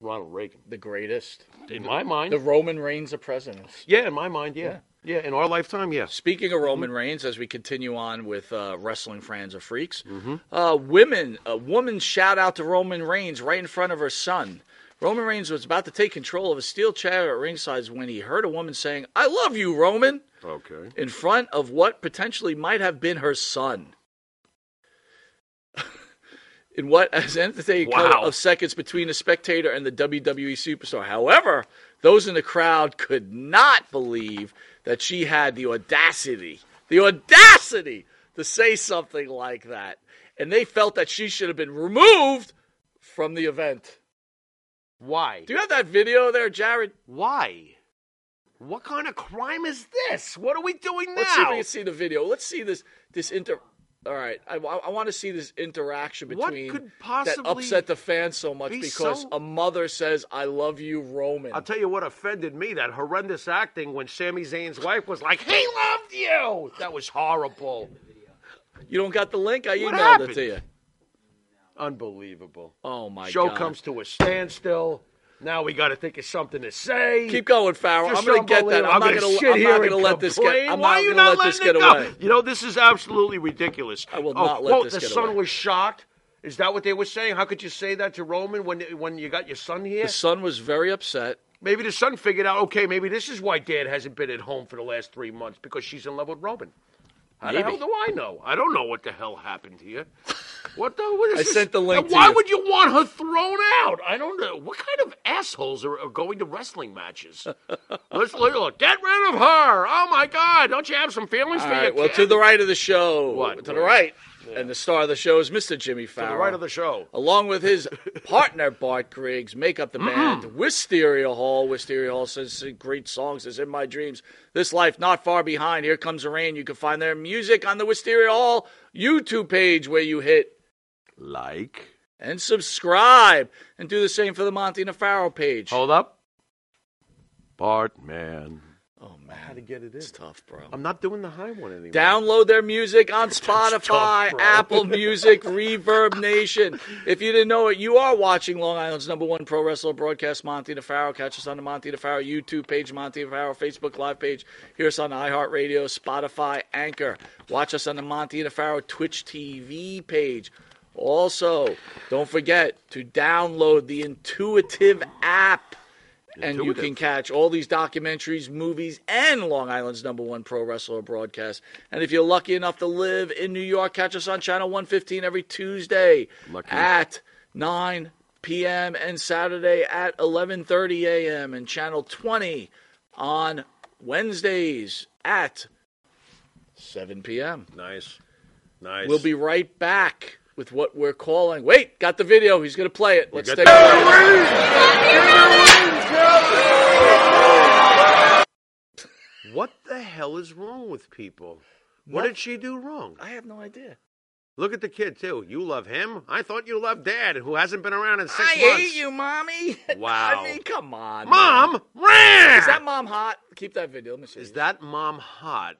B: Ronald Reagan.
I: The greatest.
B: In my mind,
I: The Roman Reigns of presidents.
B: yeah, in my mind, yeah. yeah, in our lifetime, yes.
I: Speaking of Roman
B: Mm-hmm.
I: Reigns, as we continue on with uh, wrestling fans of freaks,
B: Mm-hmm.
I: uh, women, a woman shout out to Roman Reigns right in front of her son. Roman Reigns was about to take control of a steel chair at ringside when he heard a woman saying, "I love you, Roman,"
B: Okay.
I: in front of what potentially might have been her son. in what as entertaining
B: Wow.
I: cut of seconds between the spectator and the WWE superstar. However, those in the crowd could not believe that she had the audacity, the audacity to say something like that. and they felt that she should have been removed from the event.
B: Why?
I: Do you have that video there, Jared?
B: Why? What kind of crime is this? What are we doing
I: Let's see if
B: now?
I: we can see the video. Let's see this this inter. All right, I, want to see this interaction
B: What
I: between
B: could
I: that
B: possibly
I: upset the fans so much
B: be
I: because
B: so-
I: a mother says, "I love you, Roman."
B: I'll tell you what offended me that horrendous acting when Sami Zayn's wife was like, "He loved you." That was horrible.
I: You don't got the link? I
B: What
I: emailed it to
B: happened?
I: you.
B: Unbelievable.
I: Oh my
B: Show
I: God.
B: comes to a standstill. Now we got to think of something to say.
I: Keep going, Farrell.
B: Just
I: I'm gonna get that.
B: unbelievable.
I: I'm not
B: gonna
I: gonna-
B: sit
I: I'm not
B: here
I: gonna
B: and
I: let this get-
B: complain.
I: I'm
B: Why
I: not
B: are you
I: gonna let
B: not
I: this
B: letting
I: get
B: it go?
I: away.
B: You know this is absolutely ridiculous. I
I: will
B: oh,
I: not let
B: quote,
I: this
B: the
I: get
B: son
I: away.
B: was shocked. Is that what they were saying? How could you say that to Roman when when you got your son here?
I: The son was very upset.
B: Maybe the son figured out, okay, maybe this is why dad hasn't been at home for the last three months because she's in love with Robin. How the
I: Maybe.
B: hell do I know? I don't know what the hell happened here. What the? What is
I: I
B: this?
I: sent the link
B: And
I: to
B: Why
I: you.
B: would you want her thrown out? I don't know. What kind of assholes are, are going to wrestling matches? Let's look, look. Get rid of her. Oh my God! Don't you have some feelings
I: All
B: for
I: right.
B: your
I: Well,
B: kid?
I: to the right of the show,
B: What?
I: to the right, and the star of the show is Mr. Jimmy
B: To
I: Farrell.
B: the right of the show.
I: along with his partner Bart Griggs, make up the band Wisteria Hall. Wisteria Hall says great songs is in my dreams. This life not far behind. Here comes the rain. You can find their music on the Wisteria Hall YouTube page where you hit
B: Like.
I: and subscribe, and do the same for the Monty Nefaro page.
B: Hold up. Bart, man.
I: Oh man,
B: How to get it in?
I: it's tough, bro.
B: I'm not doing the high one anymore.
I: Download their music on Spotify,
B: tough, bro.
I: Apple Music, Reverb Nation. If you didn't know it, you are watching Long Island's number one pro wrestler broadcast, Monty DeFaro. Catch us on the Monty DeFaro YouTube page, Monty DeFaro Facebook live page. Hear us on iHeartRadio, Spotify, Anchor. Watch us on the Monty DeFaro Twitch TV page. Also, don't forget to download the Intuitive app and you
B: Intuitive.
I: can catch all these documentaries, movies, and Long Island's number one pro wrestler broadcast. And if you're lucky enough to live in New York, catch us on Channel 115 every Tuesday
B: Lucky.
I: at 9 p.m. and Saturday at 11:30 a.m. and Channel 20 on Wednesdays at 7 p.m.
B: Nice. Nice.
I: We'll be right back with what we're calling. Wait, got the video. He's going to play it. Let's
B: got
I: take
B: the-
I: a break.
B: What the hell is wrong with people? What
I: Noth-
B: did she do wrong?
I: I have no idea.
B: Look at the kid too. You love him. I thought you loved dad, who hasn't been around in six
I: I
B: months.
I: hate you, mommy.
B: Wow.
I: I mean, come on, man.
B: mom. Rah!
I: Is that mom hot? Keep that video. Let me see.
B: Is that mom hot?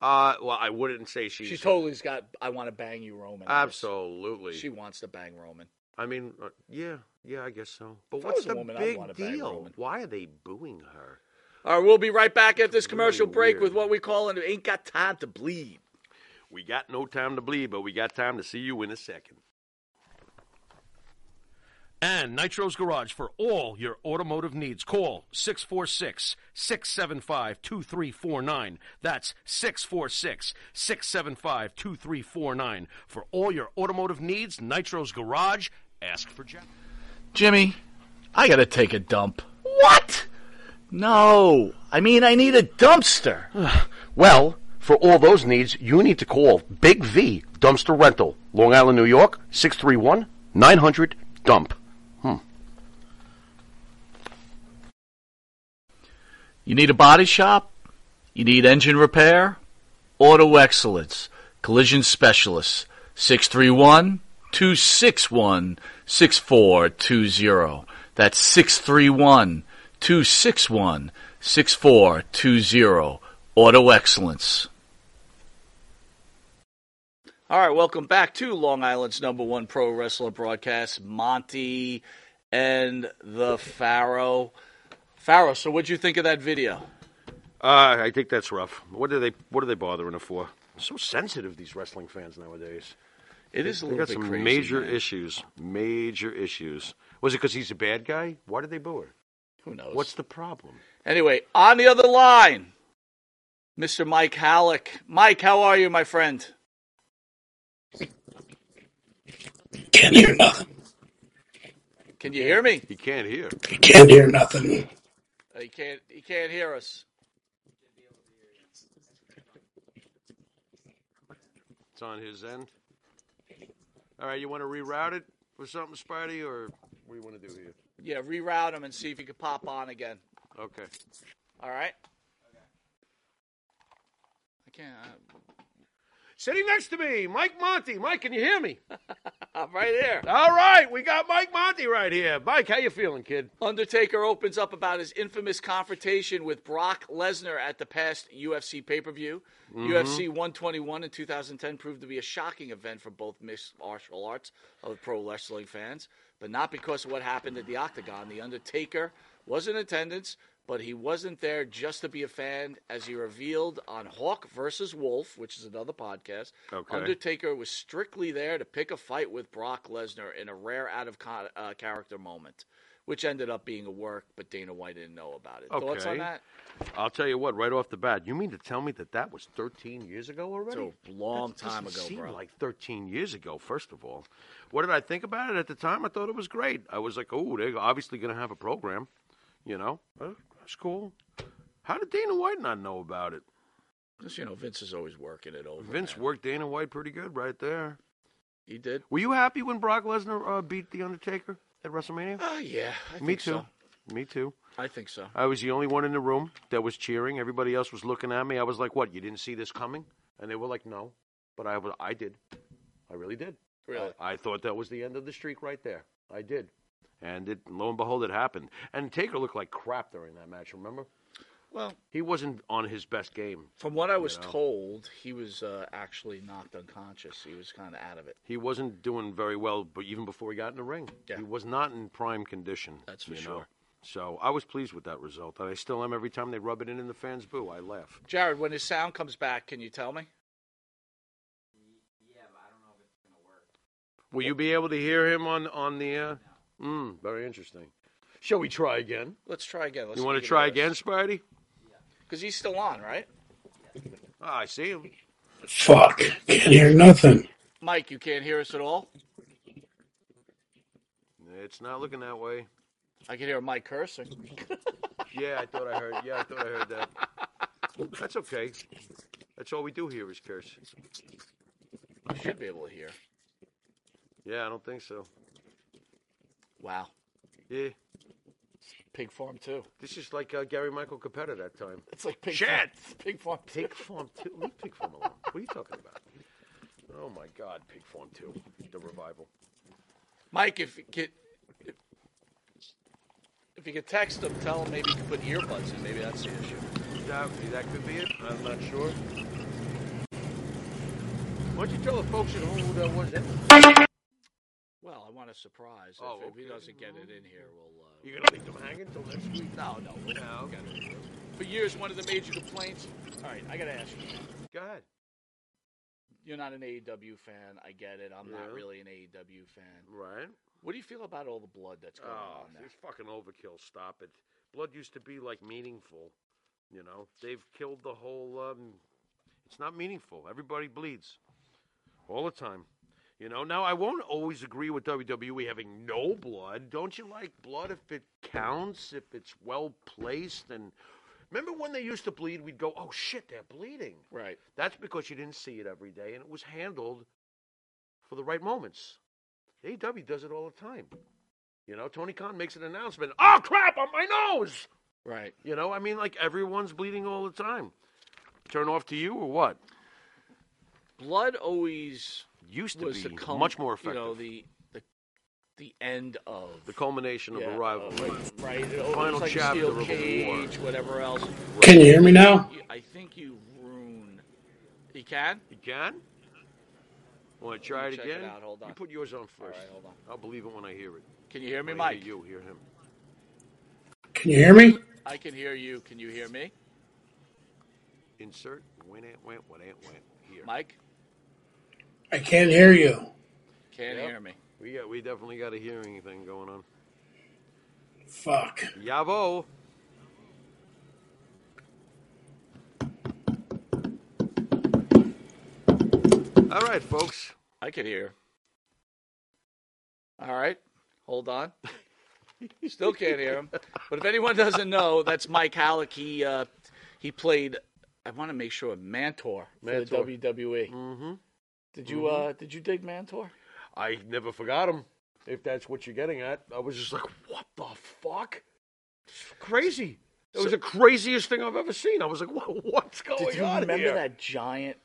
B: Uh, well, I wouldn't say she's.
I: She totally has got. I want to bang you, Roman.
B: Absolutely.
I: She wants to bang Roman.
B: I mean, uh, yeah, yeah, I guess so. But
I: If I
B: what's
I: was a
B: the
I: woman, I'd wanna
B: big
I: bang
B: deal?
I: Roman.
B: Why are they booing her?
I: All right, we'll be right back at this
B: It's
I: commercial
B: really
I: break
B: weird.
I: with what we call an "Ain't Got Time to Bleed."
B: We got no time to bleed, but we got time to see you in a second.
L: and Nitro's Garage for all your automotive needs. Call 646 675 2349. That's 646 675 2349. For all your automotive needs, Nitro's Garage. Ask for Jack.
I: Jimmy, I gotta take a dump. What? No, I mean I need a dumpster.
L: Well, for all those needs, you need to call Big V Dumpster Rental, Long Island, New York, 631 900 Dump.
I: You need a body shop? You need engine repair? Auto Excellence, Collision Specialists, 631 261 6420. That's 631 261 6420. Auto Excellence. All right, welcome back to Long Island's number one pro wrestler broadcast, Monty and the Pharaoh. Pharaoh, so what'd you think of that video?
B: Uh, I think that's rough. What are they? What are they bothering her for? So sensitive these wrestling fans nowadays.
I: It is a
B: They
I: little
B: got
I: bit
B: some
I: crazy.
B: major
I: man.
B: issues. Major issues. Was it because he's a bad guy? Why did they boo her?
I: Who knows?
B: What's the problem?
I: Anyway, on the other line, Mr. Mike Halleck. Mike, how are you, my friend?
M: Can't hear nothing.
I: Can you hear me?
B: He can't hear.
M: Can't hear nothing.
I: Uh, He can't. He can't hear us.
B: It's on his end. All right, you want to reroute it for something, Sparty, or what do you want to do here?
I: Yeah, reroute him and see if he could pop on again.
B: Okay.
I: All right. I can't. I-
B: Sitting next to me, Mike Monty. Mike, can you hear me?
I: I'm right here.
B: All right, we got Mike Monty right here. Mike, how you feeling, kid?
I: Undertaker opens up about his infamous confrontation with Brock Lesnar at the past UFC pay per view.
B: Mhm.
I: UFC 121 in 2010 proved to be a shocking event for both mixed martial arts of pro wrestling fans, but not because of what happened at the Octagon. The Undertaker was in attendance, but he wasn't there just to be a fan, as he revealed on Hawk versus Wolf, which is another podcast.
B: Okay.
I: Undertaker was strictly there to pick a fight with Brock Lesnar in a rare out of con- uh, character moment, which ended up being a work, but Dana White didn't know about it. Thoughts on
B: Okay.
I: that?
B: I'll tell you what, right off the bat, you mean to tell me that that was 13 years ago already?
I: It's a long
B: That
I: time
B: doesn't
I: ago,
B: seem
I: bro.
B: like 13 years ago, first of all. What did I think about it at the time? I thought it was great. I was like, oh, they're obviously going to have a program, you know? Uh, That's cool. How did Dana White not know about it?
I: Just, you know, Vince is always working it over.
B: Vince worked Dana White pretty good right there.
I: He did.
B: Were you happy when Brock Lesnar uh, beat The Undertaker at WrestleMania?
I: Oh, yeah. I
B: Me
I: think
B: too.
I: so.
B: Me too.
I: I think so.
B: I was the only one in the room that was cheering. Everybody else was looking at me. I was like, "What? You didn't see this coming?" And they were like, "No," but I was. I did. I really did.
I: Really?
B: I, I thought that was the end of the streak right there. I did. And it, lo and behold, it happened. And Taker looked like crap during that match. Remember?
I: Well,
B: he wasn't on his best game.
I: From what I was
B: know.
I: told, he was uh, actually knocked unconscious. He was kind of out of it.
B: He wasn't doing very well, but even before he got in the ring, he was not in prime condition. That's
I: for sure.
B: So I was pleased with that result, and I still am. Every time they rub it in in the fans' boo, I laugh.
I: Jared, when his sound comes back, can you tell me?
B: Will you be able to hear him on on the? Uh... Mm, very interesting. Shall we try again?
I: Let's try again. Let's
B: you want
I: give
B: to
I: it
B: try
I: a-
B: again, Spidey?
I: Because he's still on, right?
B: Ah, I see him.
M: Fuck. Can't hear nothing.
I: Mike, you can't hear us at all?
B: It's not looking that way.
I: I can hear Mike cursing.
B: Yeah, I thought I heard. Yeah, I thought I heard that. That's okay. That's all we do here is curse.
I: I should be able to hear.
B: Yeah, I don't think so.
I: Wow.
B: Yeah.
I: Pig farm too.
B: This is like uh, Gary Michael Capetta that time.
I: It's like pig
B: Shit.
I: farm. It's pig farm.
B: Pig farm two. Leave pig farm alone. What are you talking about? Oh my God, pig farm two, the revival.
I: Mike, if you could, if, if you could text him, tell him maybe you could put earbuds in. Maybe that's the issue.
B: That, that could be it. I'm not sure. Why don't you tell the folks at home who that was? That?
I: Well, I want a surprise.
B: Oh,
I: if, if he doesn't get it in here, we'll. Uh,
B: You're gonna leave them hanging till next week?
I: No, no, we're
B: no. Okay.
I: For years, one of the major complaints. All right, I gotta ask you.
B: Go ahead.
I: You're not an AEW fan. I get it. I'm
B: Yeah.
I: not really an AEW fan.
B: Right.
I: What do you feel about all the blood that's going
B: Oh,
I: on there?
B: this fucking overkill. Stop it. Blood used to be like meaningful. You know, they've killed the whole. Um, it's not meaningful. Everybody bleeds, all the time. You know. Now I won't always agree with WWE having no blood. Don't you like blood if it counts, if it's well placed, and remember when they used to bleed, we'd go, "Oh shit, they're bleeding."
I: Right.
B: That's because you didn't see it every day, and it was handled for the right moments. AEW does it all the time. You know, Tony Khan makes an announcement. Oh crap! On my nose.
I: Right.
B: You know, I mean, like everyone's bleeding all the time. Turn off to you or what?
I: Blood always
B: Used to
I: was
B: be
I: the cum-
B: much more
I: You know
B: effective.
I: the the the end of
B: The culmination of
I: yeah,
B: a rivalry.
I: of- right. It
B: Final
I: was like
B: chapter
I: Steel
B: of a
I: Cage, whatever else.
M: Can you hear me now?
I: You- I think you ruin. You can.
B: You can. Want to try
I: Let
B: it
I: me check
B: again?
I: it out, hold
B: You
I: on.
B: put yours on first.
I: right, hold on.
B: I'll believe it when I hear it.
I: Can you hear me,
B: When I
I: Mike?
B: Hear you hear him.
M: Can you hear me?
I: I can hear you. Can you hear me,
B: Insert. Went it. Went. What it. Went. Here.
I: Mike?
M: I can't hear you.
I: Can't
B: Yep.
I: hear me.
B: We got. We definitely got a hearing thing going on.
M: Fuck.
B: Yavo. All right, folks.
I: I can hear. All right. Hold on. Still can't hear him. But if anyone doesn't know, that's Mike Halleck. He uh, he played. I want to make sure Mantor,
B: Mantor.
I: for the WWE.
B: Mm-hmm.
I: Did you uh, did you dig Mantor?
B: I never forgot him. If that's what you're getting at, I was just like, what the fuck? It's crazy. It was the craziest thing I've ever seen. I was like, what, what's going on
H: Did you remember
B: here?
H: that giant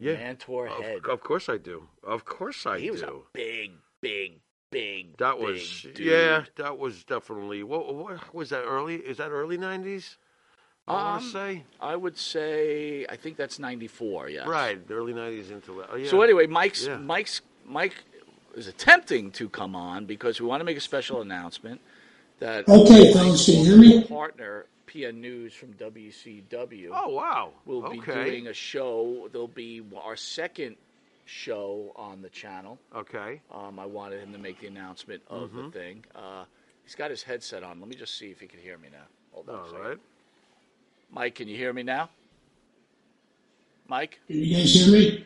B: Yeah.
H: Mantor
B: Of-
H: head?
B: Of, course I do. Of course I
H: he
B: do.
H: was a big, big, big.
B: that
H: big
B: was
H: dude.
B: yeah. That was definitely what, what was that early? Is that early nineties? I want to
H: Um,
B: say
H: I would say I think that's ninety four. Yeah.
B: right, the early nineties into. Oh, yeah.
H: So anyway, Mike's
B: Yeah.
H: Mike's Mike is attempting to come on because we want to make a special announcement that
I: Okay,
H: Mike's
I: fellas, can you hear me?
H: partner Pia News from WCW.
B: Oh wow!
H: We'll be
B: Okay.
H: doing a show. There'll be our second show on the channel.
B: Okay.
H: Um, I wanted him to make the announcement of
B: Mhm.
H: the thing. Uh, he's got his headset on. Let me just see if he can hear me now. Hold on. a
B: All
H: second.
B: right.
H: Mike, can you hear me now? Mike,
I: Can you guys hear me?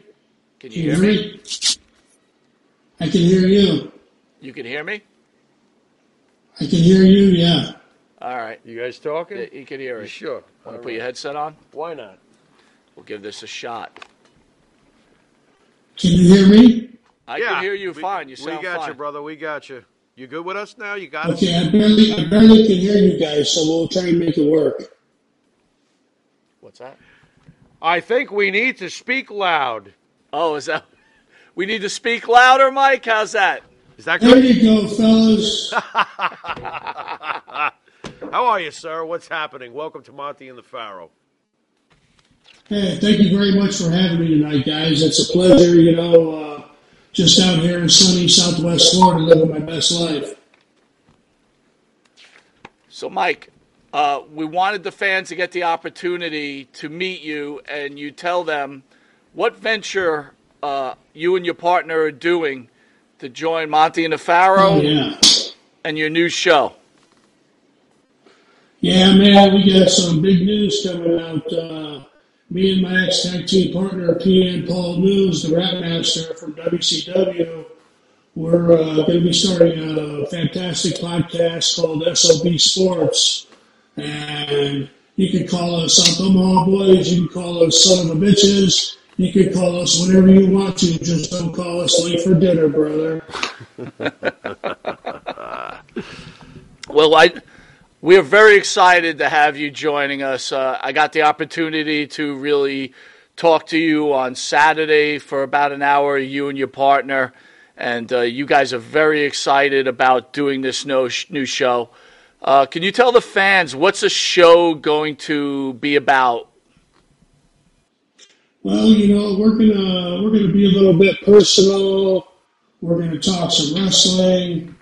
H: can
I: Can
H: you hear me?
I: I can hear you.
H: You can hear me.
I: I can hear you, yeah.
H: All right.
B: You guys talking?
H: Yeah, you can hear us.
B: sure?
H: Want
B: All
H: to put your
B: right.
H: headset on?
B: Why not?
H: We'll give this a shot.
I: Can you hear me?
H: I
B: Yeah,
H: can hear you
B: we-
H: fine. You sound
B: we got
H: fine.
B: you, brother. We got you. You good with us now? You got
I: Okay,
B: us.
I: I barely, I barely can hear you guys, so we'll try and make it work.
H: What's that?
B: I think we need to speak loud.
H: Oh, is that? We need to speak louder, Mike. How's that?
B: Is that
I: There
B: good?
I: you go, fellas.
B: How are you, sir? What's happening? Welcome to Monty and the Pharaoh.
I: Hey, thank you very much for having me tonight, guys. It's a pleasure, you know, uh, just out here in sunny Southwest Florida living my best life.
H: So, Mike, uh, we wanted the fans to get the opportunity to meet you, and you tell them what venture uh, you and your partner are doing to join Monty and the Pharaoh
I: Oh, yeah.
H: and your new show.
I: Yeah, man, we got some big news coming out. Uh, me and my ex tag team partner, PN Paul News, the rap master from WCW, we're uh, going to be starting a fantastic podcast called SOB Sports. And you can call us Oklahoma Boys, you can call us Son of a Bitches, you can call us whatever you want to, just don't call us late for dinner, brother.
H: Well, I we are very excited to have you joining us. Uh, I got the opportunity to really talk to you on Saturday for about an hour, you and your partner, and uh, you guys are very excited about doing this no new show. Uh, can you tell the fans what's the show going to be about?
I: Well, you know, we're gonna we're gonna be a little bit personal. We're gonna talk some wrestling.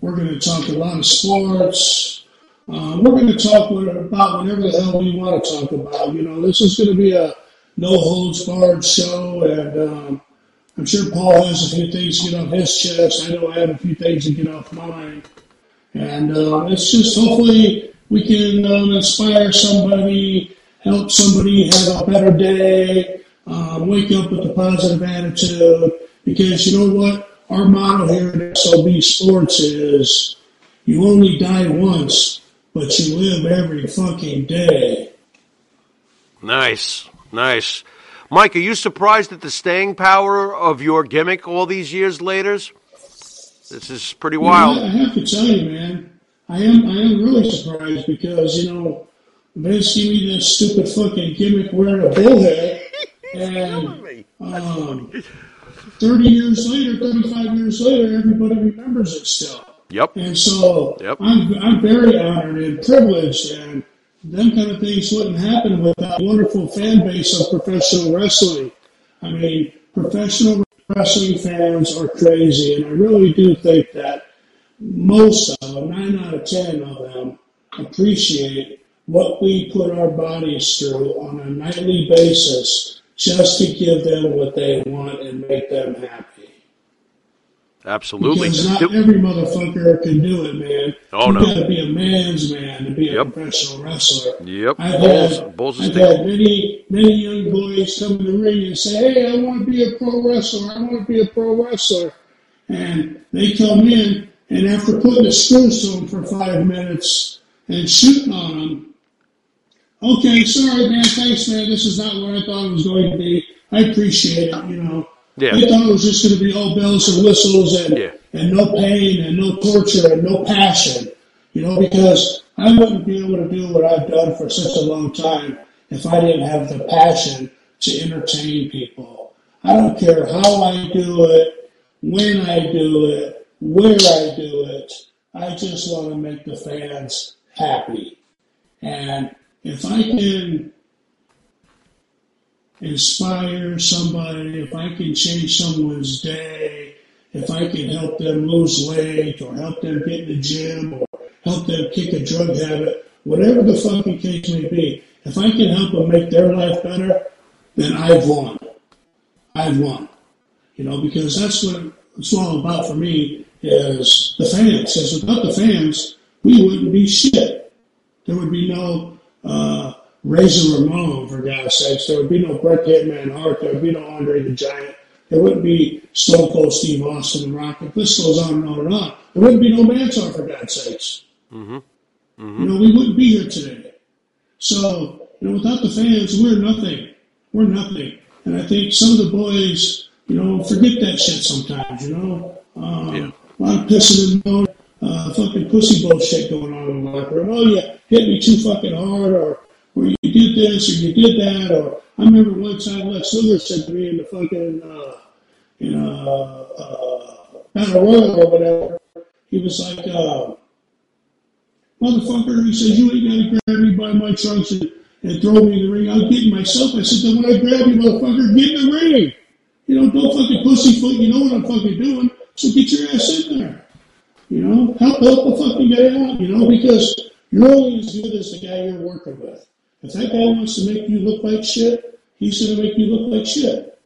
I: We're gonna talk a lot of sports. Uh, we're gonna talk what- about whatever the hell we want to talk about. You know, this is gonna be a no holds barred show, and um, I'm sure Paul has a few things to get off his chest. I know I have a few things to get off mine, and uh, it's just hopefully we can um, inspire somebody, help somebody have a better day, um, wake up with a positive attitude. Because you know what? Our motto here at SLB Sports is you only die once, but you live every fucking day.
B: Nice, nice. Mike, are you surprised at the staying power of your gimmick all these years later? This is pretty
I: You know, I I
B: wild.
I: have to tell you, man, I am I am really surprised because you know Vince gave me that stupid fucking gimmick wearing a bullhead, and um, thirty years later, thirty five years later, everybody remembers it still.
B: Yep.
I: And so
B: Yep.
I: I'm I'm very honored and privileged, and them kind of things wouldn't happen without a wonderful fan base of professional wrestling. I mean, professional wrestling fans are crazy, and I really do think that most of them, nine out of ten of them, appreciate what we put our bodies through on a nightly basis just to give them what they want and make them happy.
B: Absolutely.
I: Because not
B: Th-
I: every motherfucker can do it, man.
B: Oh,
I: you
B: no.
I: got to be a man's man to be a
B: Yep.
I: professional wrestler.
B: Yep.
I: I've
B: Bulls.
I: had
B: Bulls is
I: I've
B: stick.
I: had many many young boys come in the ring and say, "Hey, I want to be a pro wrestler. I want to be a pro wrestler." And they come in, and after putting the screws to them for five minutes and shooting on them, okay, sorry, man, thanks, man. This is not what I thought it was going to be. I appreciate it, you know.
B: Yeah.
I: They thought it was just going to be all bells and whistles and, and no pain and no torture and no passion, you know, because I wouldn't be able to do what I've done for such a long time if I didn't have the passion to entertain people. I don't care how I do it, when I do it, where I do it. I just want to make the fans happy. And if I can inspire somebody, if I can change someone's day, if I can help them lose weight or help them get in the gym or help them kick a drug habit, whatever the fucking case may be, if I can help them make their life better, then I've won. I've won. You know, because that's what it's all about for me is the fans. Because without the fans, we wouldn't be shit. There would be no uh, Razor Ramon, for God's sakes. There would be no Bret Hitman Hart. There would be no Andre the Giant. There wouldn't be Stone Cold Steve Austin, The Rock. The list goes on and on and on. There wouldn't be no Mansoor, for God's sakes.
B: Mm-hmm.
I: You know, we wouldn't be here today. So, you know, without the fans, we're nothing. We're nothing. And I think some of the boys, you know, forget that shit sometimes, you know? Um, A lot of pissing and moaning, uh, fucking pussy bullshit going on in the locker room. Oh, yeah, hit me too fucking hard, or, or you did this, or you did that, or I remember one time Lex Luger said to me in the fucking, uh, in a, uh, Battle Royal or whatever, he was like, uh, motherfucker, he says, you ain't gotta grab me by my trunks and, and throw me in the ring. I'll get myself. I said, then when I grab you, motherfucker, get in the ring. You know, don't fucking pussyfoot. You know what I'm fucking doing. So get your ass in there. You know, help help the fucking guy out. You know, because you're only as good as the guy you're working with. If that guy wants to make you look like shit, he's gonna make you look like shit.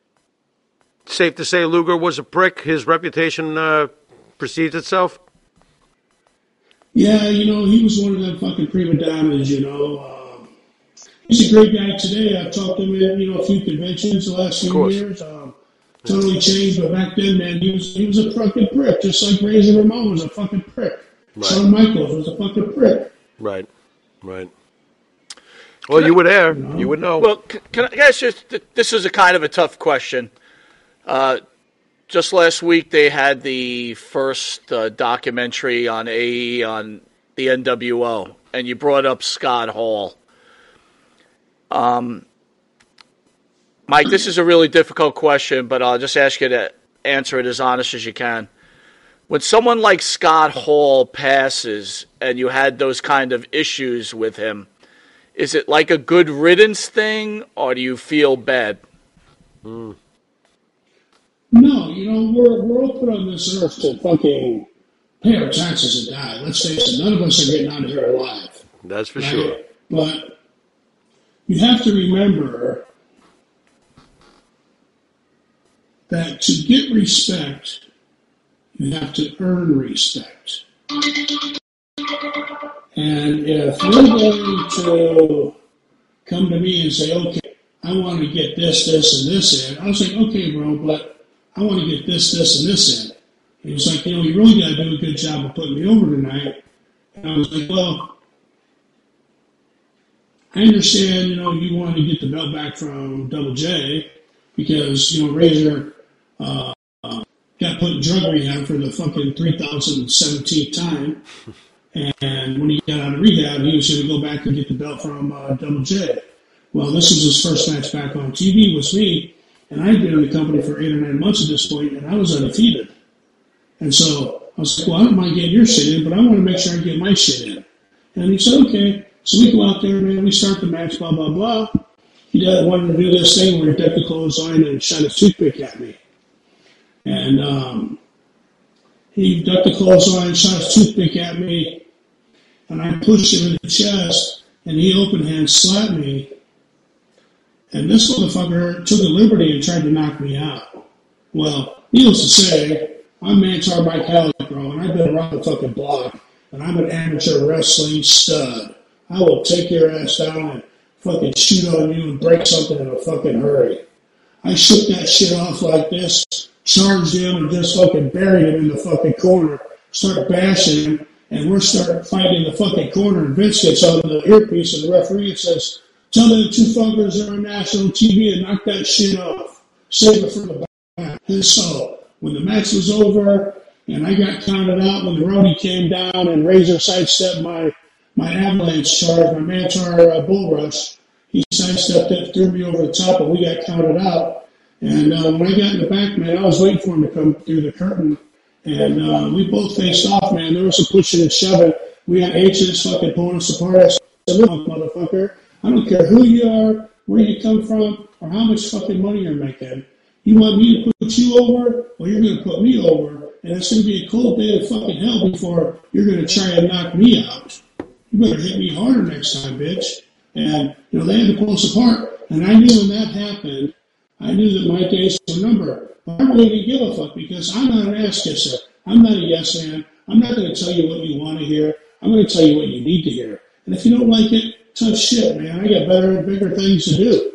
B: Safe to say Luger was a prick. His reputation uh, precedes itself.
I: Yeah, you know, he was one of them fucking prima donnas. You know, um, he's a great guy today. I've talked to him at you know a few conventions the last few years. Um, totally changed, but back then, man, he was he was a fucking prick, just like Razor Ramon was a fucking prick. Shawn Michaels was a fucking prick.
B: Right. Right. Well, you were there. You would know.
H: Well, c- can I guess just th- this is a kind of a tough question. Uh, just last week they had the first uh, documentary on
I: E
H: AE on the NWO, and you brought up Scott Hall. Um, Mike, this is a really difficult question, but I'll just ask you to answer it as honest as you can. When someone like Scott Hall passes, and you had those kind of issues with him, is it like a good riddance thing, or do you feel bad?
I: Hmm. No, you know, we're we're all put on this earth to fucking pay our taxes and die. Let's face it, none of us are getting out of here alive.
B: That's for
I: Right.
B: sure.
I: But you have to remember that to get respect, you have to earn respect. And if you're going to come to me and say, okay, I want to get this, this, and this in, I was like, okay, bro, but I want to get this, this, and this in. He was like, you know, you really got to do a good job of putting me over tonight. And I was like, well, I understand, you know, you want to get the belt back from Double J because, you know, Razor uh, uh, got put in drug rehab for the fucking 3017th time. And when he got out of rehab, he was going to go back and get the belt from uh, Double J. Well, this was his first match back on TV with me, and I'd been in the company for eight or nine months at this point, and I was undefeated. And so I was like, well, I don't mind getting your shit in, but I want to make sure I get my shit in. And he said, okay. So we go out there, man, we start the match, blah, blah, blah. He does, wanted to do this thing where he dipped the clothesline and shot a toothpick at me. And um, he ducked the clothesline, shot a toothpick at me, and I pushed him in the chest, and he open hand slapped me. And this motherfucker took a liberty and tried to knock me out. Well, needless to say, I'm Mantar Mike Halley, bro, and I've been around the fucking block, and I'm an amateur wrestling stud. I will take your ass down and fucking shoot on you and break something in a fucking hurry. I shook that shit off like this, charged him, and just fucking buried him in the fucking corner. Start bashing him, and we're starting fighting in the fucking corner. And Vince gets on the earpiece of the referee and says, "Tell them two fuckers are on national TV and knock that shit off. Save it for the back." his soul. When the match was over and I got counted out, when the roadie came down and Razor sidestepped my, my avalanche charge, my Mantar uh, bull rush, he sidestepped it, threw me over the top, and we got counted out. And uh, when I got in the back, man, I was waiting for him to come through the curtain. And uh, we both faced off, man. There was some pushing and shoving. We had H's fucking pulling us apart. I said, look, motherfucker, I don't care who you are, where you come from, or how much fucking money you're making. You want me to put you over? Well, you're going to put me over. And it's going to be a cold day of fucking hell before you're going to try and knock me out. You better hit me harder next time, bitch. And, you know, they had to pull us apart. And I knew when that happened, I knew that my days were numbered. But I really didn't give a fuck because I'm not an ass kisser. I'm not a yes man. I'm not going to tell you what you want to hear. I'm going to tell you what you need to hear. And if you don't like it, tough shit, man. I got better and bigger things to do.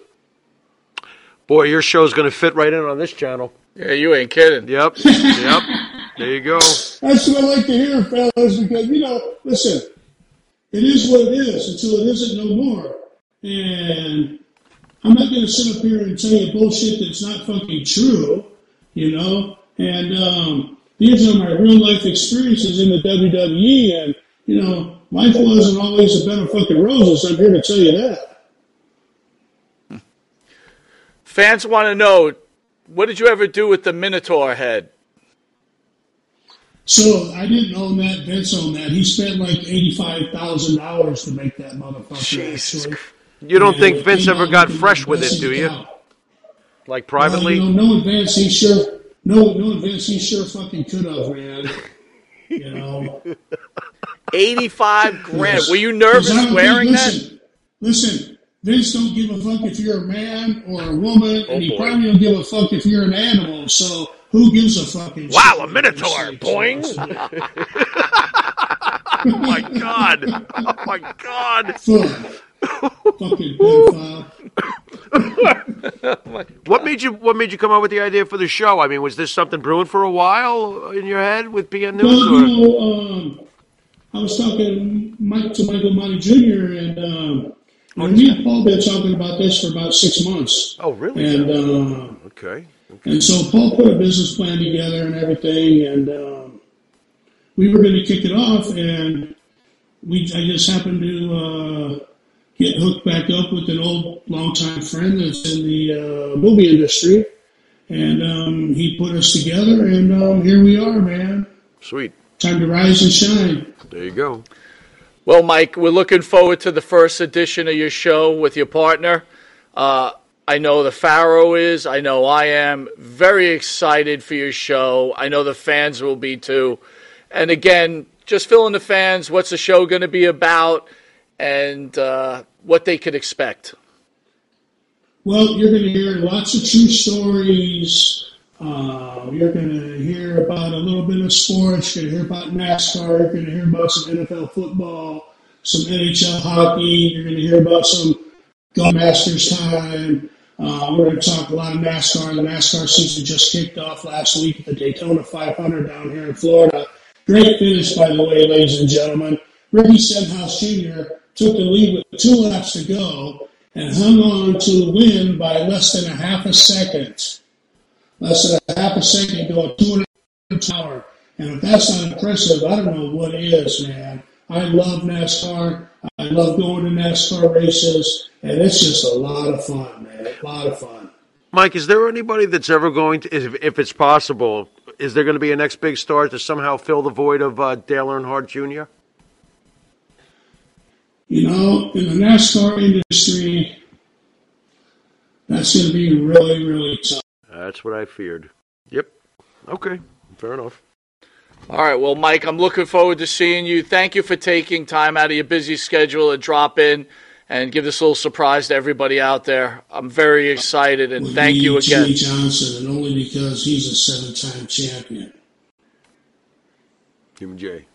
B: Boy, your show's going to fit right in on this channel.
H: Yeah, you ain't kidding.
B: Yep. yep. There you go.
I: That's what I like to hear, fellas, because, you know, listen, it is what it is until it isn't no more. And I'm not going to sit up here and tell you bullshit that's not fucking true, you know? And um, these are my real life experiences in the WWE, and, you know, life wasn't always a bed of fucking roses. I'm here to tell you that.
H: Fans want to know what did you ever do with the Minotaur head?
I: So I didn't own that. Vince owned that. He spent like $85,000 to make that motherfucker, actually.
B: You don't
I: Yeah,
B: think
I: it
B: Vince
I: came
B: ever
I: out
B: got
I: with
B: fresh
I: the
B: with it,
I: best
B: do
I: of
B: you?
I: God.
B: Like
I: Well,
B: privately?
I: you know, no advance. He sure, no, no advance. He sure fucking could have, man. You know,
H: 85 grand.
I: Yes.
H: Were you
I: Because
H: nervous
I: I don't think-
H: wearing that?
I: listen, Listen, Vince don't give a fuck if you're a man or a
B: Oh,
I: woman, and he probably don't give a fuck if you're an animal. So who gives a fucking
B: Wow,
I: shit?
B: a minotaur! Boing! oh my god! Oh my god!
I: fucking pedophile.
B: what made you What made you come up with the idea for the show? I mean, was this something brewing for a while in your head with BN News?
I: Well,
B: Or
I: you know, um, I was talking Mike to Michael Monty Jr. and um, you know, me and Paul been talking about this for about six months.
B: oh, really?
I: And um,
B: okay.
I: and so Paul put a business plan together and everything, and um, we were going to kick it off, and we I just happened to uh, get hooked back up with an old longtime friend that's in the uh, movie industry, and um, he put us together, and um, here we are, man.
B: Sweet.
I: Time to rise and shine.
B: There you go.
H: Well, Mike, we're looking forward to the first edition of your show with your partner. Uh, I know the Pharaoh is. I know I am very excited for your show. I know the fans will be too. And again, just fill in the fans. What's the show going to be about, and uh, what they could expect?
I: Well, you're going to hear lots of true stories. Uh, you're going to hear about a little bit of sports. You're going to hear about NASCAR. You're going to hear about some NFL football, some NHL hockey. You're going to hear about some golf masters time. Uh, we're going to talk a lot of NASCAR. The NASCAR season just kicked off last week at the Daytona 500 down here in Florida. Great finish, by the way, ladies and gentlemen. Ricky Stenhouse Jr. took the lead with two laps to go and hung on to the win by less than a half a second. Less than a half a second to a two and a half hour. And if that's not impressive, I don't know what is, man. I love NASCAR. I love going to NASCAR races, and it's just a lot of fun, man. A lot of fun.
B: Mike, is there anybody that's ever going to, if, if it's possible, is there going to be a next big star to somehow fill the void of uh, Dale Earnhardt Jr.?
I: You know, in the NASCAR industry, that's going to be really, really tough.
B: That's what I feared. Yep. Okay. Fair enough.
H: All right. Well, Mike, I'm looking forward to seeing you. Thank you for taking time out of your busy schedule to drop in and give this little surprise to everybody out there. I'm very excited, and
I: with
H: thank
I: me,
H: you again.
I: Jimmy Johnson, and only because he's a seven-time champion.
B: Human J.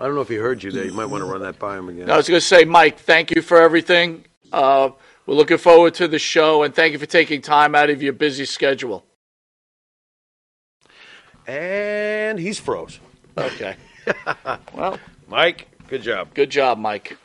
B: I don't know if he heard you there. You might want to run that by him again.
H: I was going to say, Mike, thank you for everything. Uh, we're looking forward to the show, and thank you for taking time out of your busy schedule.
B: And he's froze.
H: Okay. well,
B: Mike, good job.
H: Good job, Mike.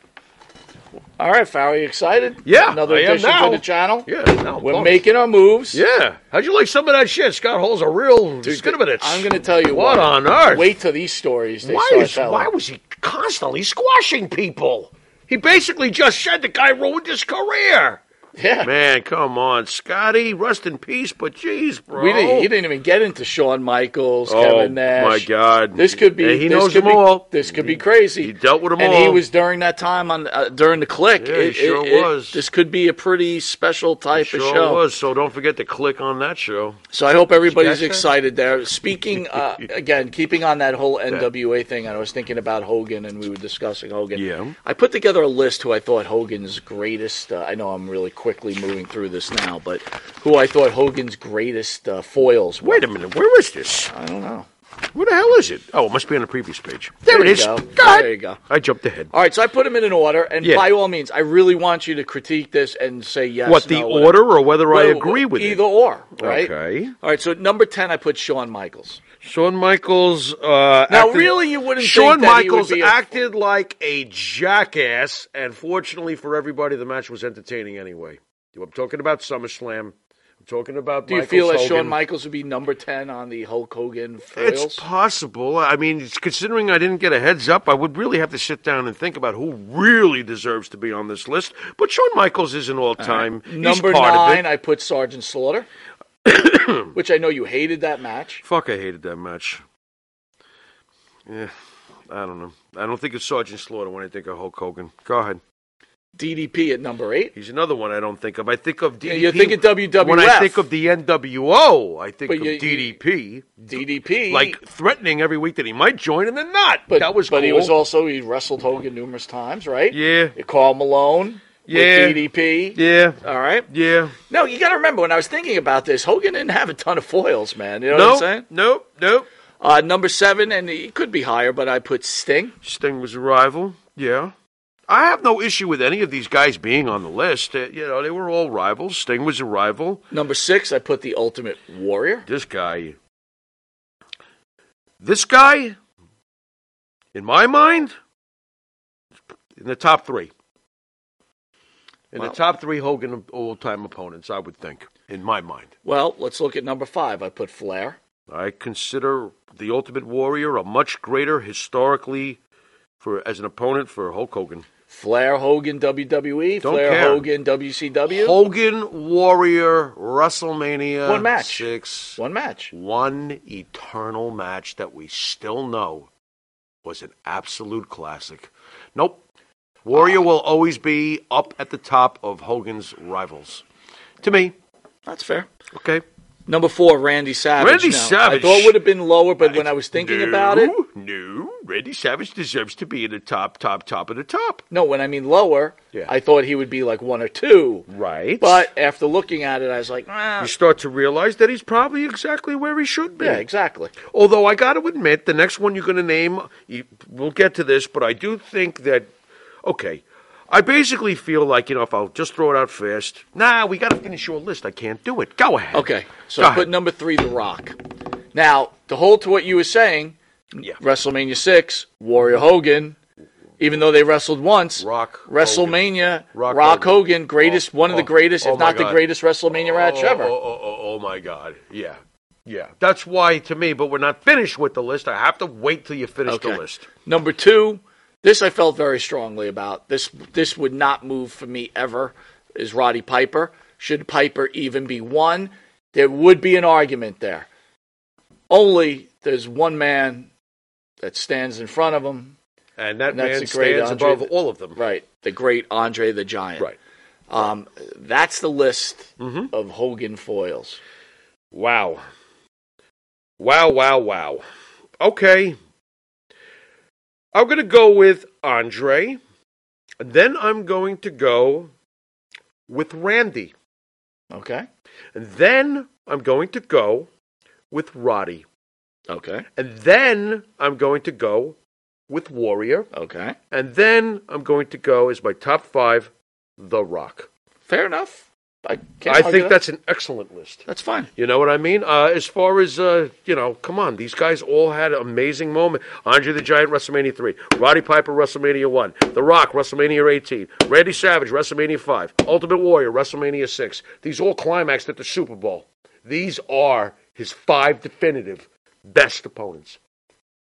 H: All right, Farrell, you excited?
B: Yeah,
H: Another
B: I am
H: addition
B: now.
H: to the channel.
B: Yeah, now
H: We're
B: pumped.
H: making our moves.
B: Yeah. How'd you like some of that shit? Scott Hall's a real
H: Dude,
B: skin of it.
H: I'm going to tell you
B: What
H: what.
B: on earth?
H: Wait till these stories they
B: Why,
H: start
B: is,
H: telling.
B: why was he constantly squashing people? He basically just said the guy ruined his career.
H: Yeah.
B: Man, come on, Scotty. Rest in peace, but jeez, bro.
H: We didn't, he didn't even get into Shawn Michaels,
B: Oh,
H: Kevin Nash.
B: my God.
H: This could be.
B: And he
H: this
B: knows
H: could
B: them
H: be-
B: all.
H: This could be crazy.
B: He dealt with them
H: and
B: all.
H: he was during that time on uh, during the click.
B: Yeah, he sure was.
H: This could be a pretty special type
B: sure
H: of show.
B: was. So don't forget to click on that show.
H: So I hope everybody's
B: Gotcha.
H: excited there. Speaking uh, again, keeping on that whole NWA thing, and I was thinking about Hogan, and we were discussing Hogan.
B: Yeah.
H: I put together a list who I thought Hogan's greatest. Uh, I know I'm really quickly moving through this now, but who I thought Hogan's greatest uh, foils. Were.
B: Wait a minute. Where is this?
H: I don't know.
B: Where the hell is it? Oh, it must be on the previous page. There,
H: There
B: it
H: you
B: is.
H: go.
B: God.
H: There you go.
B: I jumped ahead.
H: All right, so I put them in an order, and
B: Yeah.
H: by all means, I really want you to critique this and say yes.
B: what, the
H: no, whatever.
B: order or whether I
H: Well,
B: agree with
H: either
B: it?
H: or, right?
B: Okay.
H: All right, so at number ten, I put Shawn Michaels.
B: Shawn Michaels. Uh,
H: Now,
B: acted-
H: really, you wouldn't
B: Shawn
H: think that he would
B: Michaels
H: be a-
B: acted like a jackass, and fortunately for everybody, the match was entertaining anyway. I'm talking about SummerSlam. I'm talking about.
H: Do you
B: Michaels
H: feel that
B: Hogan.
H: Shawn Michaels would be number ten on the Hulk Hogan foils?
B: It's possible. I mean, it's, considering I didn't get a heads up, I would really have to sit down and think about who really deserves to be on this list. But Shawn Michaels is an all-time. He's
H: Uh-huh. Number
B: part of it.
H: nine, I put Sergeant Slaughter, which I know you hated that match.
B: Fuck, I hated that match. Yeah, I don't know. I don't think it's Sergeant Slaughter when I think of Hulk Hogan. Go ahead.
H: DDP at number eight,
B: He's another one I don't think of. I think of DDP.
H: Yeah, you're thinking
B: When I
H: WWF.
B: think of the NWO, I think
H: But
B: of
H: you- you-
B: DDP.
H: DDP.
B: Like threatening every week that he might join and then not.
H: but
B: that was
H: but he
B: cool.
H: was also he wrestled Hogan numerous times, right?
B: Yeah.
H: Carl Malone.
B: Yeah.
H: With DDP.
B: Yeah.
H: All right.
B: Yeah.
H: No, you got to remember when I was thinking about this, Hogan didn't have a ton of foils, man. You know what I'm saying?
B: nope. Nope. Nope.
H: Uh, number seven, and he could be higher, but I put Sting.
B: Sting was a rival. Yeah. I have no issue with any of these guys being on the list. Uh, you know, they were all rivals. Sting was a rival.
H: Number six, I put the Ultimate Warrior.
B: This guy. This guy, in my mind, in the top three. In
H: Wow.
B: the top three Hogan all time opponents, I would think, in my mind.
H: Well, let's look at number five. I put Flair.
B: I consider the Ultimate Warrior a much greater historically for as an opponent for Hulk Hogan.
H: Flair Hogan WWE.
B: Don't
H: Flair
B: care.
H: Hogan WCW.
B: Hogan Warrior WrestleMania
H: One match.
B: six
H: One match.
B: one eternal match that we still know was an absolute classic. Nope. Warrior will always be up at the top of Hogan's rivals. To me,
H: That's fair.
B: okay.
H: Number four, Randy Savage.
B: Randy
H: Now,
B: Savage.
H: I thought would have been lower, but when I was thinking about it,
B: No, Randy Savage deserves to be in the top, top, top of the top.
H: no, when I mean lower,
B: Yeah.
H: I thought he would be like one or two.
B: Right.
H: But after looking at it, I was like, ah,
B: you start to realize that he's probably exactly where he should be.
H: yeah, exactly.
B: Although I got to admit, the next one you're going to name, you, we'll get to this, but I do think that, okay, I basically feel like, you know, if I'll just throw it out fast, nah, we got to finish your list. I can't do it. Go ahead.
H: Okay, so
B: Go
H: I put
B: ahead.
H: number three, The Rock. Now, to hold to what you were saying,
B: Yeah.
H: WrestleMania six, Warrior Hogan. Even though they wrestled once,
B: Rock
H: WrestleMania,
B: Rock
H: Rock,
B: Hogan.
H: Hogan. greatest,
B: Oh,
H: one of the
B: oh,
H: greatest,
B: oh
H: if
B: my
H: not
B: God.
H: the greatest WrestleMania match
B: oh,
H: ever.
B: Oh, oh, oh, oh, my God. Yeah. Yeah. That's why, to me, but we're not finished with the list. I have to wait till you finish the list.
H: Number two, this I felt very strongly about. This this would not move for me ever. Is Roddy Piper? Should Piper even be one? There would be an argument there. Only there's one man that stands in front of him.
B: And that
H: And that's
B: man
H: a great
B: stands
H: Andre-
B: above all of them.
H: Right, the great Andre the Giant.
B: Right.
H: Um, that's the list of Hogan foils.
B: Wow. Wow, wow, wow. Okay. I'm going to go with Andre. And then I'm going to go with Randy.
H: Okay.
B: And then I'm going to go with Roddy.
H: Okay.
B: And then I'm going to go with Warrior.
H: Okay.
B: And then I'm going to go as my top five The Rock.
H: Fair enough.
G: I can't
B: I
G: argue
B: think
G: that.
B: that's an excellent list.
G: That's fine.
B: You know what I mean? Uh, as far as uh, you know, come on, these guys all had amazing moments. Andre the Giant, WrestleMania three, Roddy Piper, WrestleMania one, The Rock, WrestleMania eighteen, Randy Savage, WrestleMania five, Ultimate Warrior, WrestleMania six. These all climaxed at the Super Bowl. These are his five definitive best opponents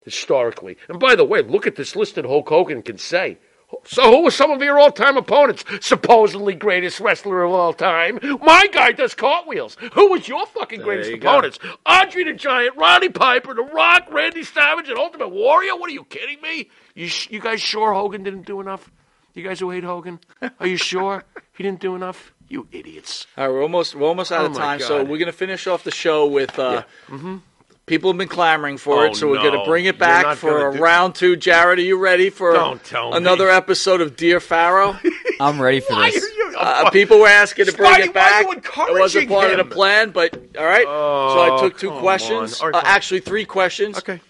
B: historically. And by the way, look at this list that Hulk Hogan can say. So who were some of your all-time opponents? Supposedly greatest wrestler of all time. My guy does cartwheels. Who was your fucking greatest
G: you go.
B: opponents? Andre the Giant, Roddy Piper, The Rock, Randy Savage, and Ultimate Warrior. What are you kidding me? You sh- you guys sure Hogan didn't do enough? You guys who hate Hogan, are you sure he didn't do enough? You idiots.
G: All right, we're almost we're almost out
B: Oh
G: of
B: my
G: time, so
B: God.
G: we're gonna finish off the show with uh,
B: Mm-hmm.
G: people have been clamoring for
B: Oh,
G: it, so we're
B: no.
G: gonna bring
B: You're
G: it back
B: not
G: for
B: gonna
G: a
B: do-
G: round two. Jared, are you ready for
B: Don't tell me.
G: another episode of Dear Pharaoh?
N: I'm ready for
G: Why
N: this.
G: are you- Uh, people were asking to bring
B: Scotty,
G: it back.
B: why are you
G: it wasn't
B: encouraging
G: part of
B: him? Oh,
G: the plan, but all right. so I took two
B: come
G: questions.
B: on. All right,
G: Uh,
B: fine.
G: actually, three questions. Okay.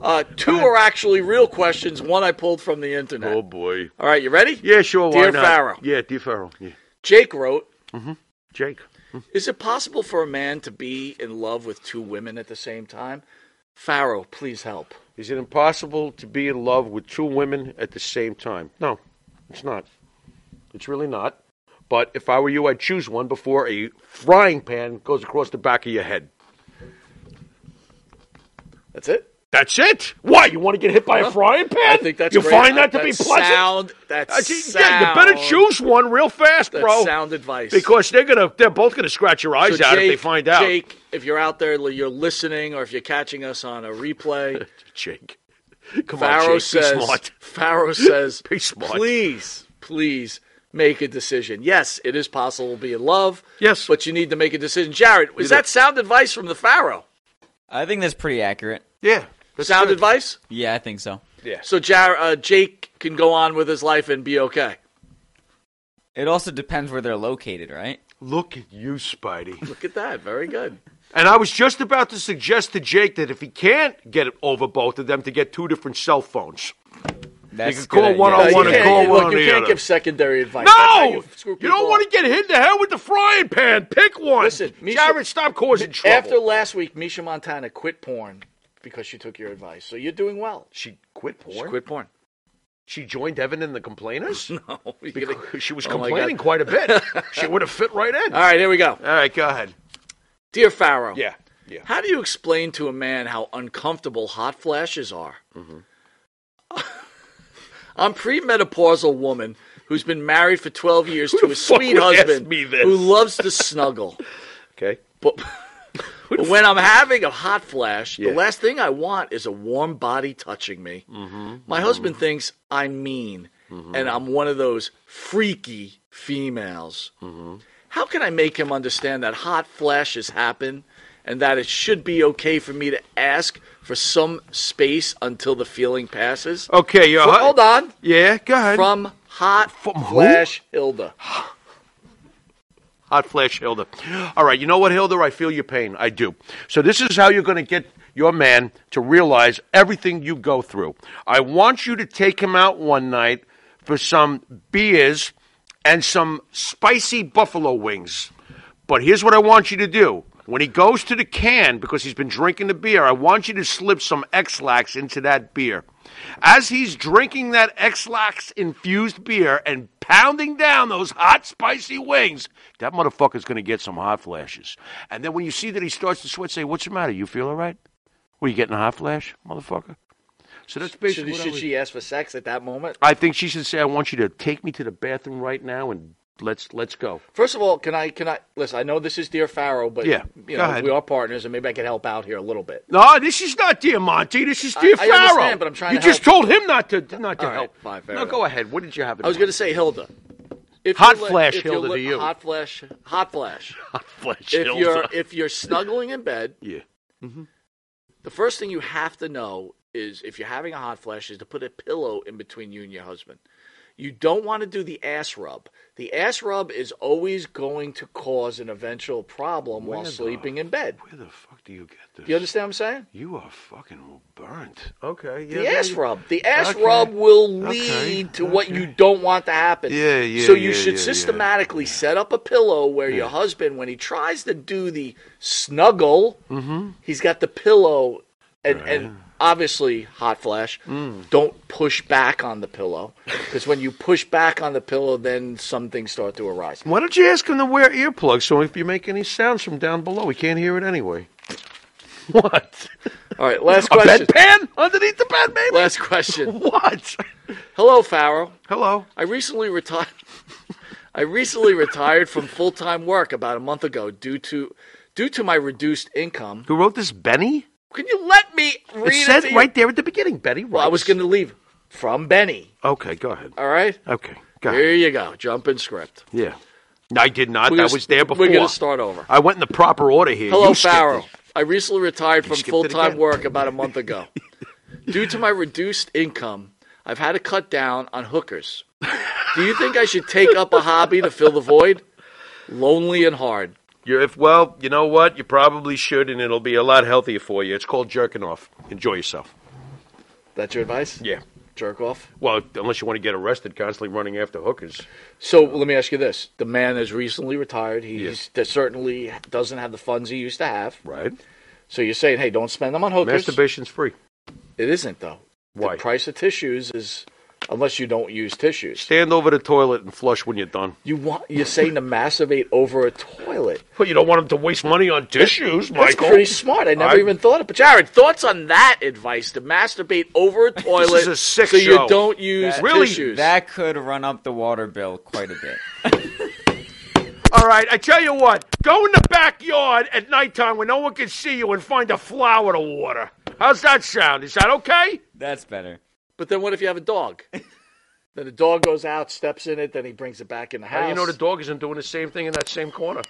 G: Uh, two are actually real questions. One I pulled from the internet.
B: Oh boy.
G: All right, you ready?
B: Yeah, sure. why
G: Dear
B: not?
G: Pharaoh.
B: Yeah, dear Pharaoh. Yeah.
G: Jake wrote,
B: Mm-hmm. Jake. Mm-hmm.
G: "Is it possible for a man to be in love with two women at the same time?" Pharaoh, please help.
B: Is it impossible to be in love with two women at the same time? No, it's not. It's really not. But if I were you, I'd choose one before a frying pan goes across the back of your head.
G: That's it.
B: That's it. Why you want to get hit by a
G: Well,
B: frying pan?
G: I think that's
B: you
G: great.
B: find that to
G: That's
B: be pleasant.
G: Sound, that's
B: Uh, see,
G: sound.
B: Yeah, you better choose one real fast,
G: That's
B: bro.
G: sound advice.
B: Because they're gonna, they're both gonna scratch your eyes out if they find out.
G: Jake, if you're out there, you're listening, or if you're catching us on a replay,
B: Jake, Come on,
G: Pharaoh
B: Jake, be
G: says,
B: smart.
G: Pharaoh says,
B: Be smart.
G: please, please make a decision. Yes, it is possible to be in love.
B: Yes,
G: but you need to make a decision. Jared, is that sound advice from the Pharaoh?
N: I think that's pretty accurate.
B: Yeah.
G: Sound advice.
N: Yeah, I think so.
B: Yeah.
G: So Jar- uh, Jake can go on with his life and be okay.
N: It also depends where they're located, right?
B: Look at you, Spidey.
G: Look at that. Very good.
B: And I was just about to suggest to Jake that if he can't get it over both of them, to get two different cell phones. you can call one on one
G: You
B: and
G: can't-
B: call
G: look,
B: one on
G: you
B: the
G: can't
B: other.
G: give secondary advice. That's how
B: no,
G: you screw
B: you
G: people
B: don't
G: up.
B: want to get hit in the head with the frying pan. Pick one.
G: Listen, Misha-
B: Jared, stop causing trouble.
G: After last week, Misha Montana quit porn because she took your advice. So you're doing well.
B: she quit porn.
G: She quit porn.
B: She joined Evan and the Complainers.
G: no,
B: because she was
G: Oh my
B: complaining
G: God.
B: quite a bit. she would have fit right in.
G: All right, here we go.
B: All right, go ahead.
G: Dear Pharaoh.
B: Yeah, yeah.
G: How do you explain to a man how uncomfortable hot flashes are?
B: Mm-hmm.
G: I'm premenopausal woman who's been married for 12 years to a
B: fuck
G: sweet
B: would ask
G: husband
B: me this?
G: who loves to snuggle.
B: Okay.
G: But, but when I'm having a hot flash,
B: Yeah.
G: the last thing I want is a warm body touching me.
B: Mm-hmm.
G: My husband thinks I'm mean and I'm one of those freaky females.
B: Mm-hmm.
G: How can I make him understand that hot flashes happen and that it should be okay for me to ask for some space until the feeling passes?
B: Okay, you're
G: Fr- hold on.
B: Yeah, go ahead.
G: From Hot
B: who?
G: Flash Hilda.
B: Hot flash, Hilda. All right, you know what, Hilda? I feel your pain. I do. So this is how you're going to get your man to realize everything you go through. I want you to take him out one night for some beers and some spicy buffalo wings. But here's what I want you to do. When he goes to the can because he's been drinking the beer, I want you to slip some X-Lax into that beer. As he's drinking that X-Lax infused beer and pounding down those hot, spicy wings, that motherfucker's going to get some hot flashes. And then when you see that he starts to sweat, say, What's the matter? You feel all right? Were you getting a hot flash, motherfucker? So that's basically
G: Should,
B: what I
G: should
B: was-
G: she ask for sex at that moment?
B: I think she should say, I want you to take me to the bathroom right now and let's let's go.
G: First of all, can I can I listen? I know this is dear Pharaoh, but
B: Yeah, go
G: you know
B: ahead.
G: we are partners, and maybe I can help out here a little bit.
B: No, this is not dear Monty. This is
G: I-
B: dear
G: I
B: Pharaoh.
G: understand, but I'm trying
B: You
G: to
B: just
G: help.
B: told him not to not to
G: All right,
B: help.
G: fine, fair
B: no,
G: enough.
B: go ahead. What did you have? in
G: I was
B: mind?
G: going to say Hilda. If
B: Hot
G: you let-
B: flash,
G: if you
B: Hilda,
G: let-
B: to you.
G: Hot flash, hot flash.
B: hot flesh.
G: if
B: Hilda.
G: you're if you're snuggling in bed,
B: yeah.
G: the first thing you have to know is if you're having a hot flash is to put a pillow in between you and your husband.
I: You don't want to do the ass rub. The ass rub is always going to cause an eventual problem
B: Where
I: while
B: the-
I: sleeping in bed.
B: Where the fuck do you get this?
I: Do you understand what I'm saying?
B: You are fucking burnt. Okay. Yeah,
I: The
B: there
I: ass
B: you-
I: rub. The ass
B: Okay.
I: rub will
B: Okay,
I: lead to what
B: okay.
I: you don't want to happen.
B: Yeah, yeah,
I: So you
B: yeah,
I: should
B: yeah, yeah.
I: systematically set up a pillow where your husband, when he tries to do the snuggle, he's got the pillow, and, and obviously, hot flash, don't push back on the pillow. Because when you push back on the pillow, then some things start to arise.
B: Why don't you ask him to wear earplugs so if you make any sounds from down below, he can't hear it anyway. What?
I: All right, last
B: A
I: question.
B: bedpan underneath the bed, baby.
I: Last question.
B: What?
I: Hello, Farrow.
B: Hello.
I: I recently retired. I recently retired from full time work about a month ago due to due to my reduced income.
B: Who wrote this, Benny?
I: Can you let me read
B: It said
I: to you?
B: right there at the beginning, Benny.
I: Well, I
B: writes.
I: was going to leave from Benny.
B: Okay, go ahead.
I: All right.
B: Okay, go ahead.
I: Here you go. Jump in script.
B: Yeah. No, I did not.
I: We're
B: that
I: gonna-
B: was there before.
I: We're going to start over.
B: I went in the proper order here.
I: Hello,
B: you skipped
I: Farrow.
B: it.
I: I recently retired from
B: skipped it
I: full time
B: again.
I: work about a month ago. Due to my reduced income, I've had to cut down on hookers. Do you think I should take up a hobby to fill the void? Lonely and hard.
B: You're, if well, you know what? You probably should, and it'll be a lot healthier for you. It's called jerking off. Enjoy yourself.
I: That's your advice?
B: Yeah.
I: Jerk off.
B: Well, unless you want to get arrested constantly running after hookers.
I: So let me ask you this: the man is recently retired. He certainly doesn't have the funds he used to have.
B: Right.
I: So you're saying, hey, don't spend them on hookers.
B: Masturbation's free.
I: It isn't though.
B: Why?
I: The price of tissues is, unless you don't use tissues.
B: Stand over the toilet and flush when you're done.
I: You want you're saying to masturbate over a toilet.
B: Well, you don't want him to waste money on tissues,
I: That's
B: Michael.
I: pretty smart. I never
B: I-
I: even thought of it. Jared, thoughts on that advice to masturbate over a toilet
B: is a sick
I: so
B: show.
I: you don't use
B: Really?
I: tissues?
J: That could run up the water bill quite a bit.
B: All right, I tell you what. Go in the backyard at nighttime when no one can see you and find a flower to water. How's that sound? Is that okay?
J: That's better.
I: But then what if you have a dog? then the dog goes out, steps in it, then he brings it back in the house.
B: How do you know the dog isn't doing the same thing in that same corner?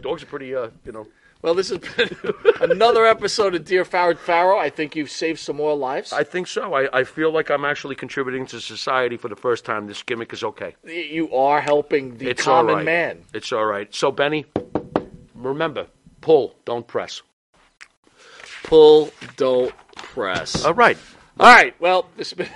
B: Dogs are pretty, uh, you know.
I: Well, this has been another episode of Dear Farrod Farrow. I think you've saved some more lives.
B: I think so. I, I feel like I'm actually contributing to society for the first time. This gimmick is okay.
I: you are helping the
B: it's all
I: common
B: right.
I: man.
B: It's all right. So, Benny, remember pull, don't press.
I: Pull, don't press.
B: All right.
I: All right. Well, this has been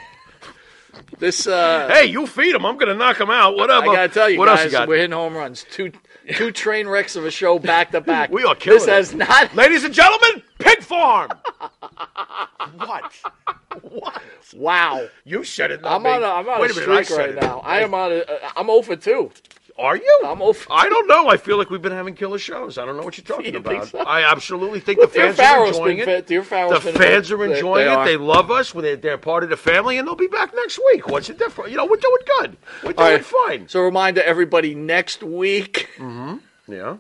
I: this. Uh,
B: Hey, you feed him. I'm going to knock him out. Whatever.
I: I gotta tell you
B: what
I: guys,
B: else you got?
I: we're hitting home runs. Two two train wrecks of a show back to back.
B: We are killing
I: This
B: it.
I: has not.
B: Ladies and gentlemen, Pig Farm. what? What?
I: Wow.
B: You said it. not
I: I'm
B: me.
I: on a, I'm on
B: Wait
I: a
B: a minute, I
I: streak right
B: said it.
I: now. I am on a. I'm over two.
B: Are you?
I: I'm over.
B: I don't know. I feel like we've been having killer shows. I don't know what you're talking
I: You think
B: about.
I: so?
B: I absolutely think
I: Well,
B: the
I: Dear
B: fans are
I: Farrell's
B: enjoying
I: been
B: it.
I: fa- Dear
B: the
I: Farrell's been-
B: fans are
I: they-
B: enjoying
I: they
B: it.
I: are.
B: They love us. They're, they're part of the family, and they'll be back next week. What's the difference? You know, we're doing good. We're
I: All
B: doing
I: right.
B: fine.
I: So, reminder everybody next week.
B: Yeah.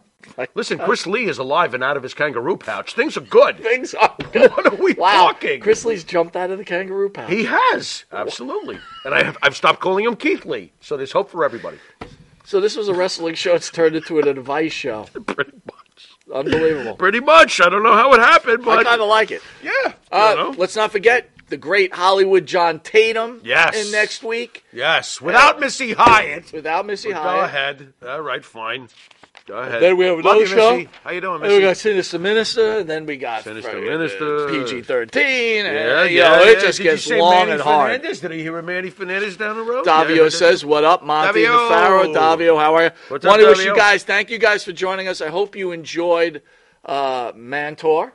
B: Listen, Chris Lee is alive and out of his kangaroo pouch. Things are good.
I: Things are good.
B: What are we
I: Wow,
B: talking?
I: Chris Lee's jumped out of the kangaroo pouch.
B: He has absolutely, and I have, I've stopped calling him Keith Lee. So there's hope for everybody.
I: so this was a wrestling show. It's turned into an advice show.
B: Pretty much.
I: Unbelievable.
B: Pretty much. I don't know how it happened,
I: I
B: but
I: kind of like it.
B: yeah. you
I: Uh,
B: know.
I: let's not forget the great Hollywood John Tatum.
B: Yes.
I: In next week Uh,
B: Yes, without Missy Hyatt.
I: without Missy
B: Go
I: Hyatt.
B: ahead. All right, fine. Go ahead.
I: Then we have
B: Love
I: another
B: you,
I: show.
B: Missy. How you doing,
I: Then we
B: Missy?
I: got Sinister Minister, and then we got
B: Sinister Minister.
I: PG thirteen.
B: yeah,
I: and, you
B: yeah,
I: know,
B: yeah.
I: it just
B: Did
I: gets
B: you say
I: long
B: Manny
I: and hard.
B: Fernandez? Did he hear a Manny Fernandez down the road? Yeah,
I: Davio
B: I did.
I: says, "What up, Monty and
B: Davio.
I: the Pharaoh? Davio, how are you?
B: What's up,
I: Want to wish
B: Davio?
I: you guys, thank you guys for joining us. I hope you enjoyed uh, Mantor,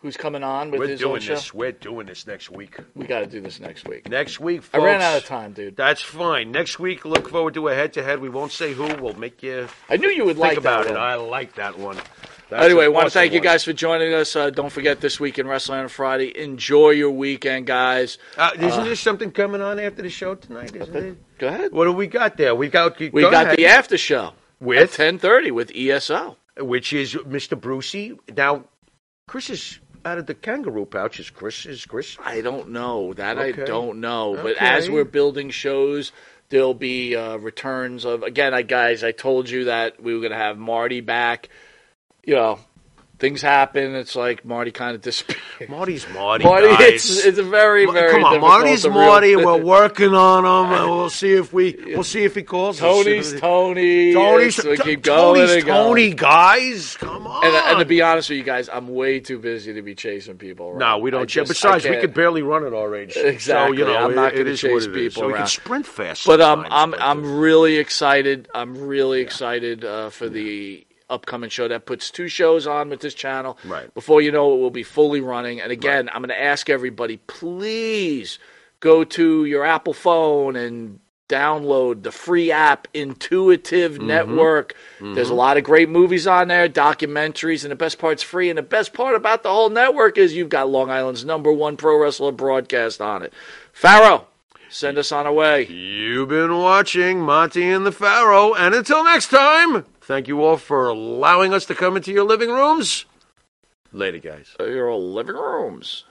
I: who's coming on with
B: We're
I: his own
B: doing
I: show.
B: this. We're doing this next week.
I: We got to do this next week.
B: Next week,
I: I
B: folks.
I: ran out of time, dude.
B: That's fine. Next week, look forward to a head-to-head. We won't say who. We'll make you
I: I knew you would
B: think
I: like
B: about
I: that
B: it.
I: one.
B: I like that one. That's
I: Anyway, I
B: an
I: want to
B: awesome
I: thank you
B: one.
I: guys for joining us. Uh, don't forget this week in Wrestling on Friday. Enjoy your weekend, guys.
B: Uh, isn't there something coming on after the show tonight? Isn't it?
I: Go ahead.
B: What do we got there? We got
I: We
B: go
I: got
B: ahead.
I: the after show at
B: with
I: ten thirty with E ESO.
B: which is Mr. Brucey. Now, Chris is out of the kangaroo pouch. Is Chris? Is Chris?
I: I don't know. That
B: Okay.
I: I don't know. But
B: Okay.
I: as we're building shows, there'll be uh, returns of again. I guys, I told you that we were gonna have Marty back. You know,
H: things happen. It's like Marty kind of disappears.
B: Marty's Marty.
H: Marty,
B: guys.
H: it's, it's a very,
B: Ma-
H: very
B: come on,
H: difficult
B: Marty's
H: to real-
B: Marty. We're working on him, and we'll see if we we'll see if he calls.
H: Tony's
B: us.
H: Tony.
B: Tony's
H: It's- we
B: T-
H: keep going
B: Tony's
H: and going.
B: Tony. Guys, come on.
H: And, and to be honest with you guys, I'm way too busy to be chasing people. Around.
B: No, we
H: I
B: don't. chase.
H: just- I
B: Besides, we
H: can't-
B: could barely run at our age.
H: Exactly.
B: So, you know,
H: I'm not
B: it-
H: going
B: it
H: to
B: is what
H: chase
B: it is.
H: people
B: So we
H: around.
B: can sprint fast.
H: But um,
B: sometimes.
H: I'm I'm really excited. I'm really excited uh, for the upcoming show that puts two shows on with this channel.
B: Right.
H: Before you know it, we'll be fully running. And again, I'm going to ask everybody, please go to your Apple phone and download the free app Intuitive
B: Mm-hmm.
H: Network. There's a
B: Mhm.
H: lot of great movies on there, documentaries, and the best part's free. And the best part about the whole network is you've got Long Island's number one pro wrestler broadcast on it. Pharaoh, send us on our way.
B: You've been watching Monty and the Pharaoh, and until next time, thank you all for allowing us to come into your living rooms. Later, guys.
H: Your Uh, living rooms.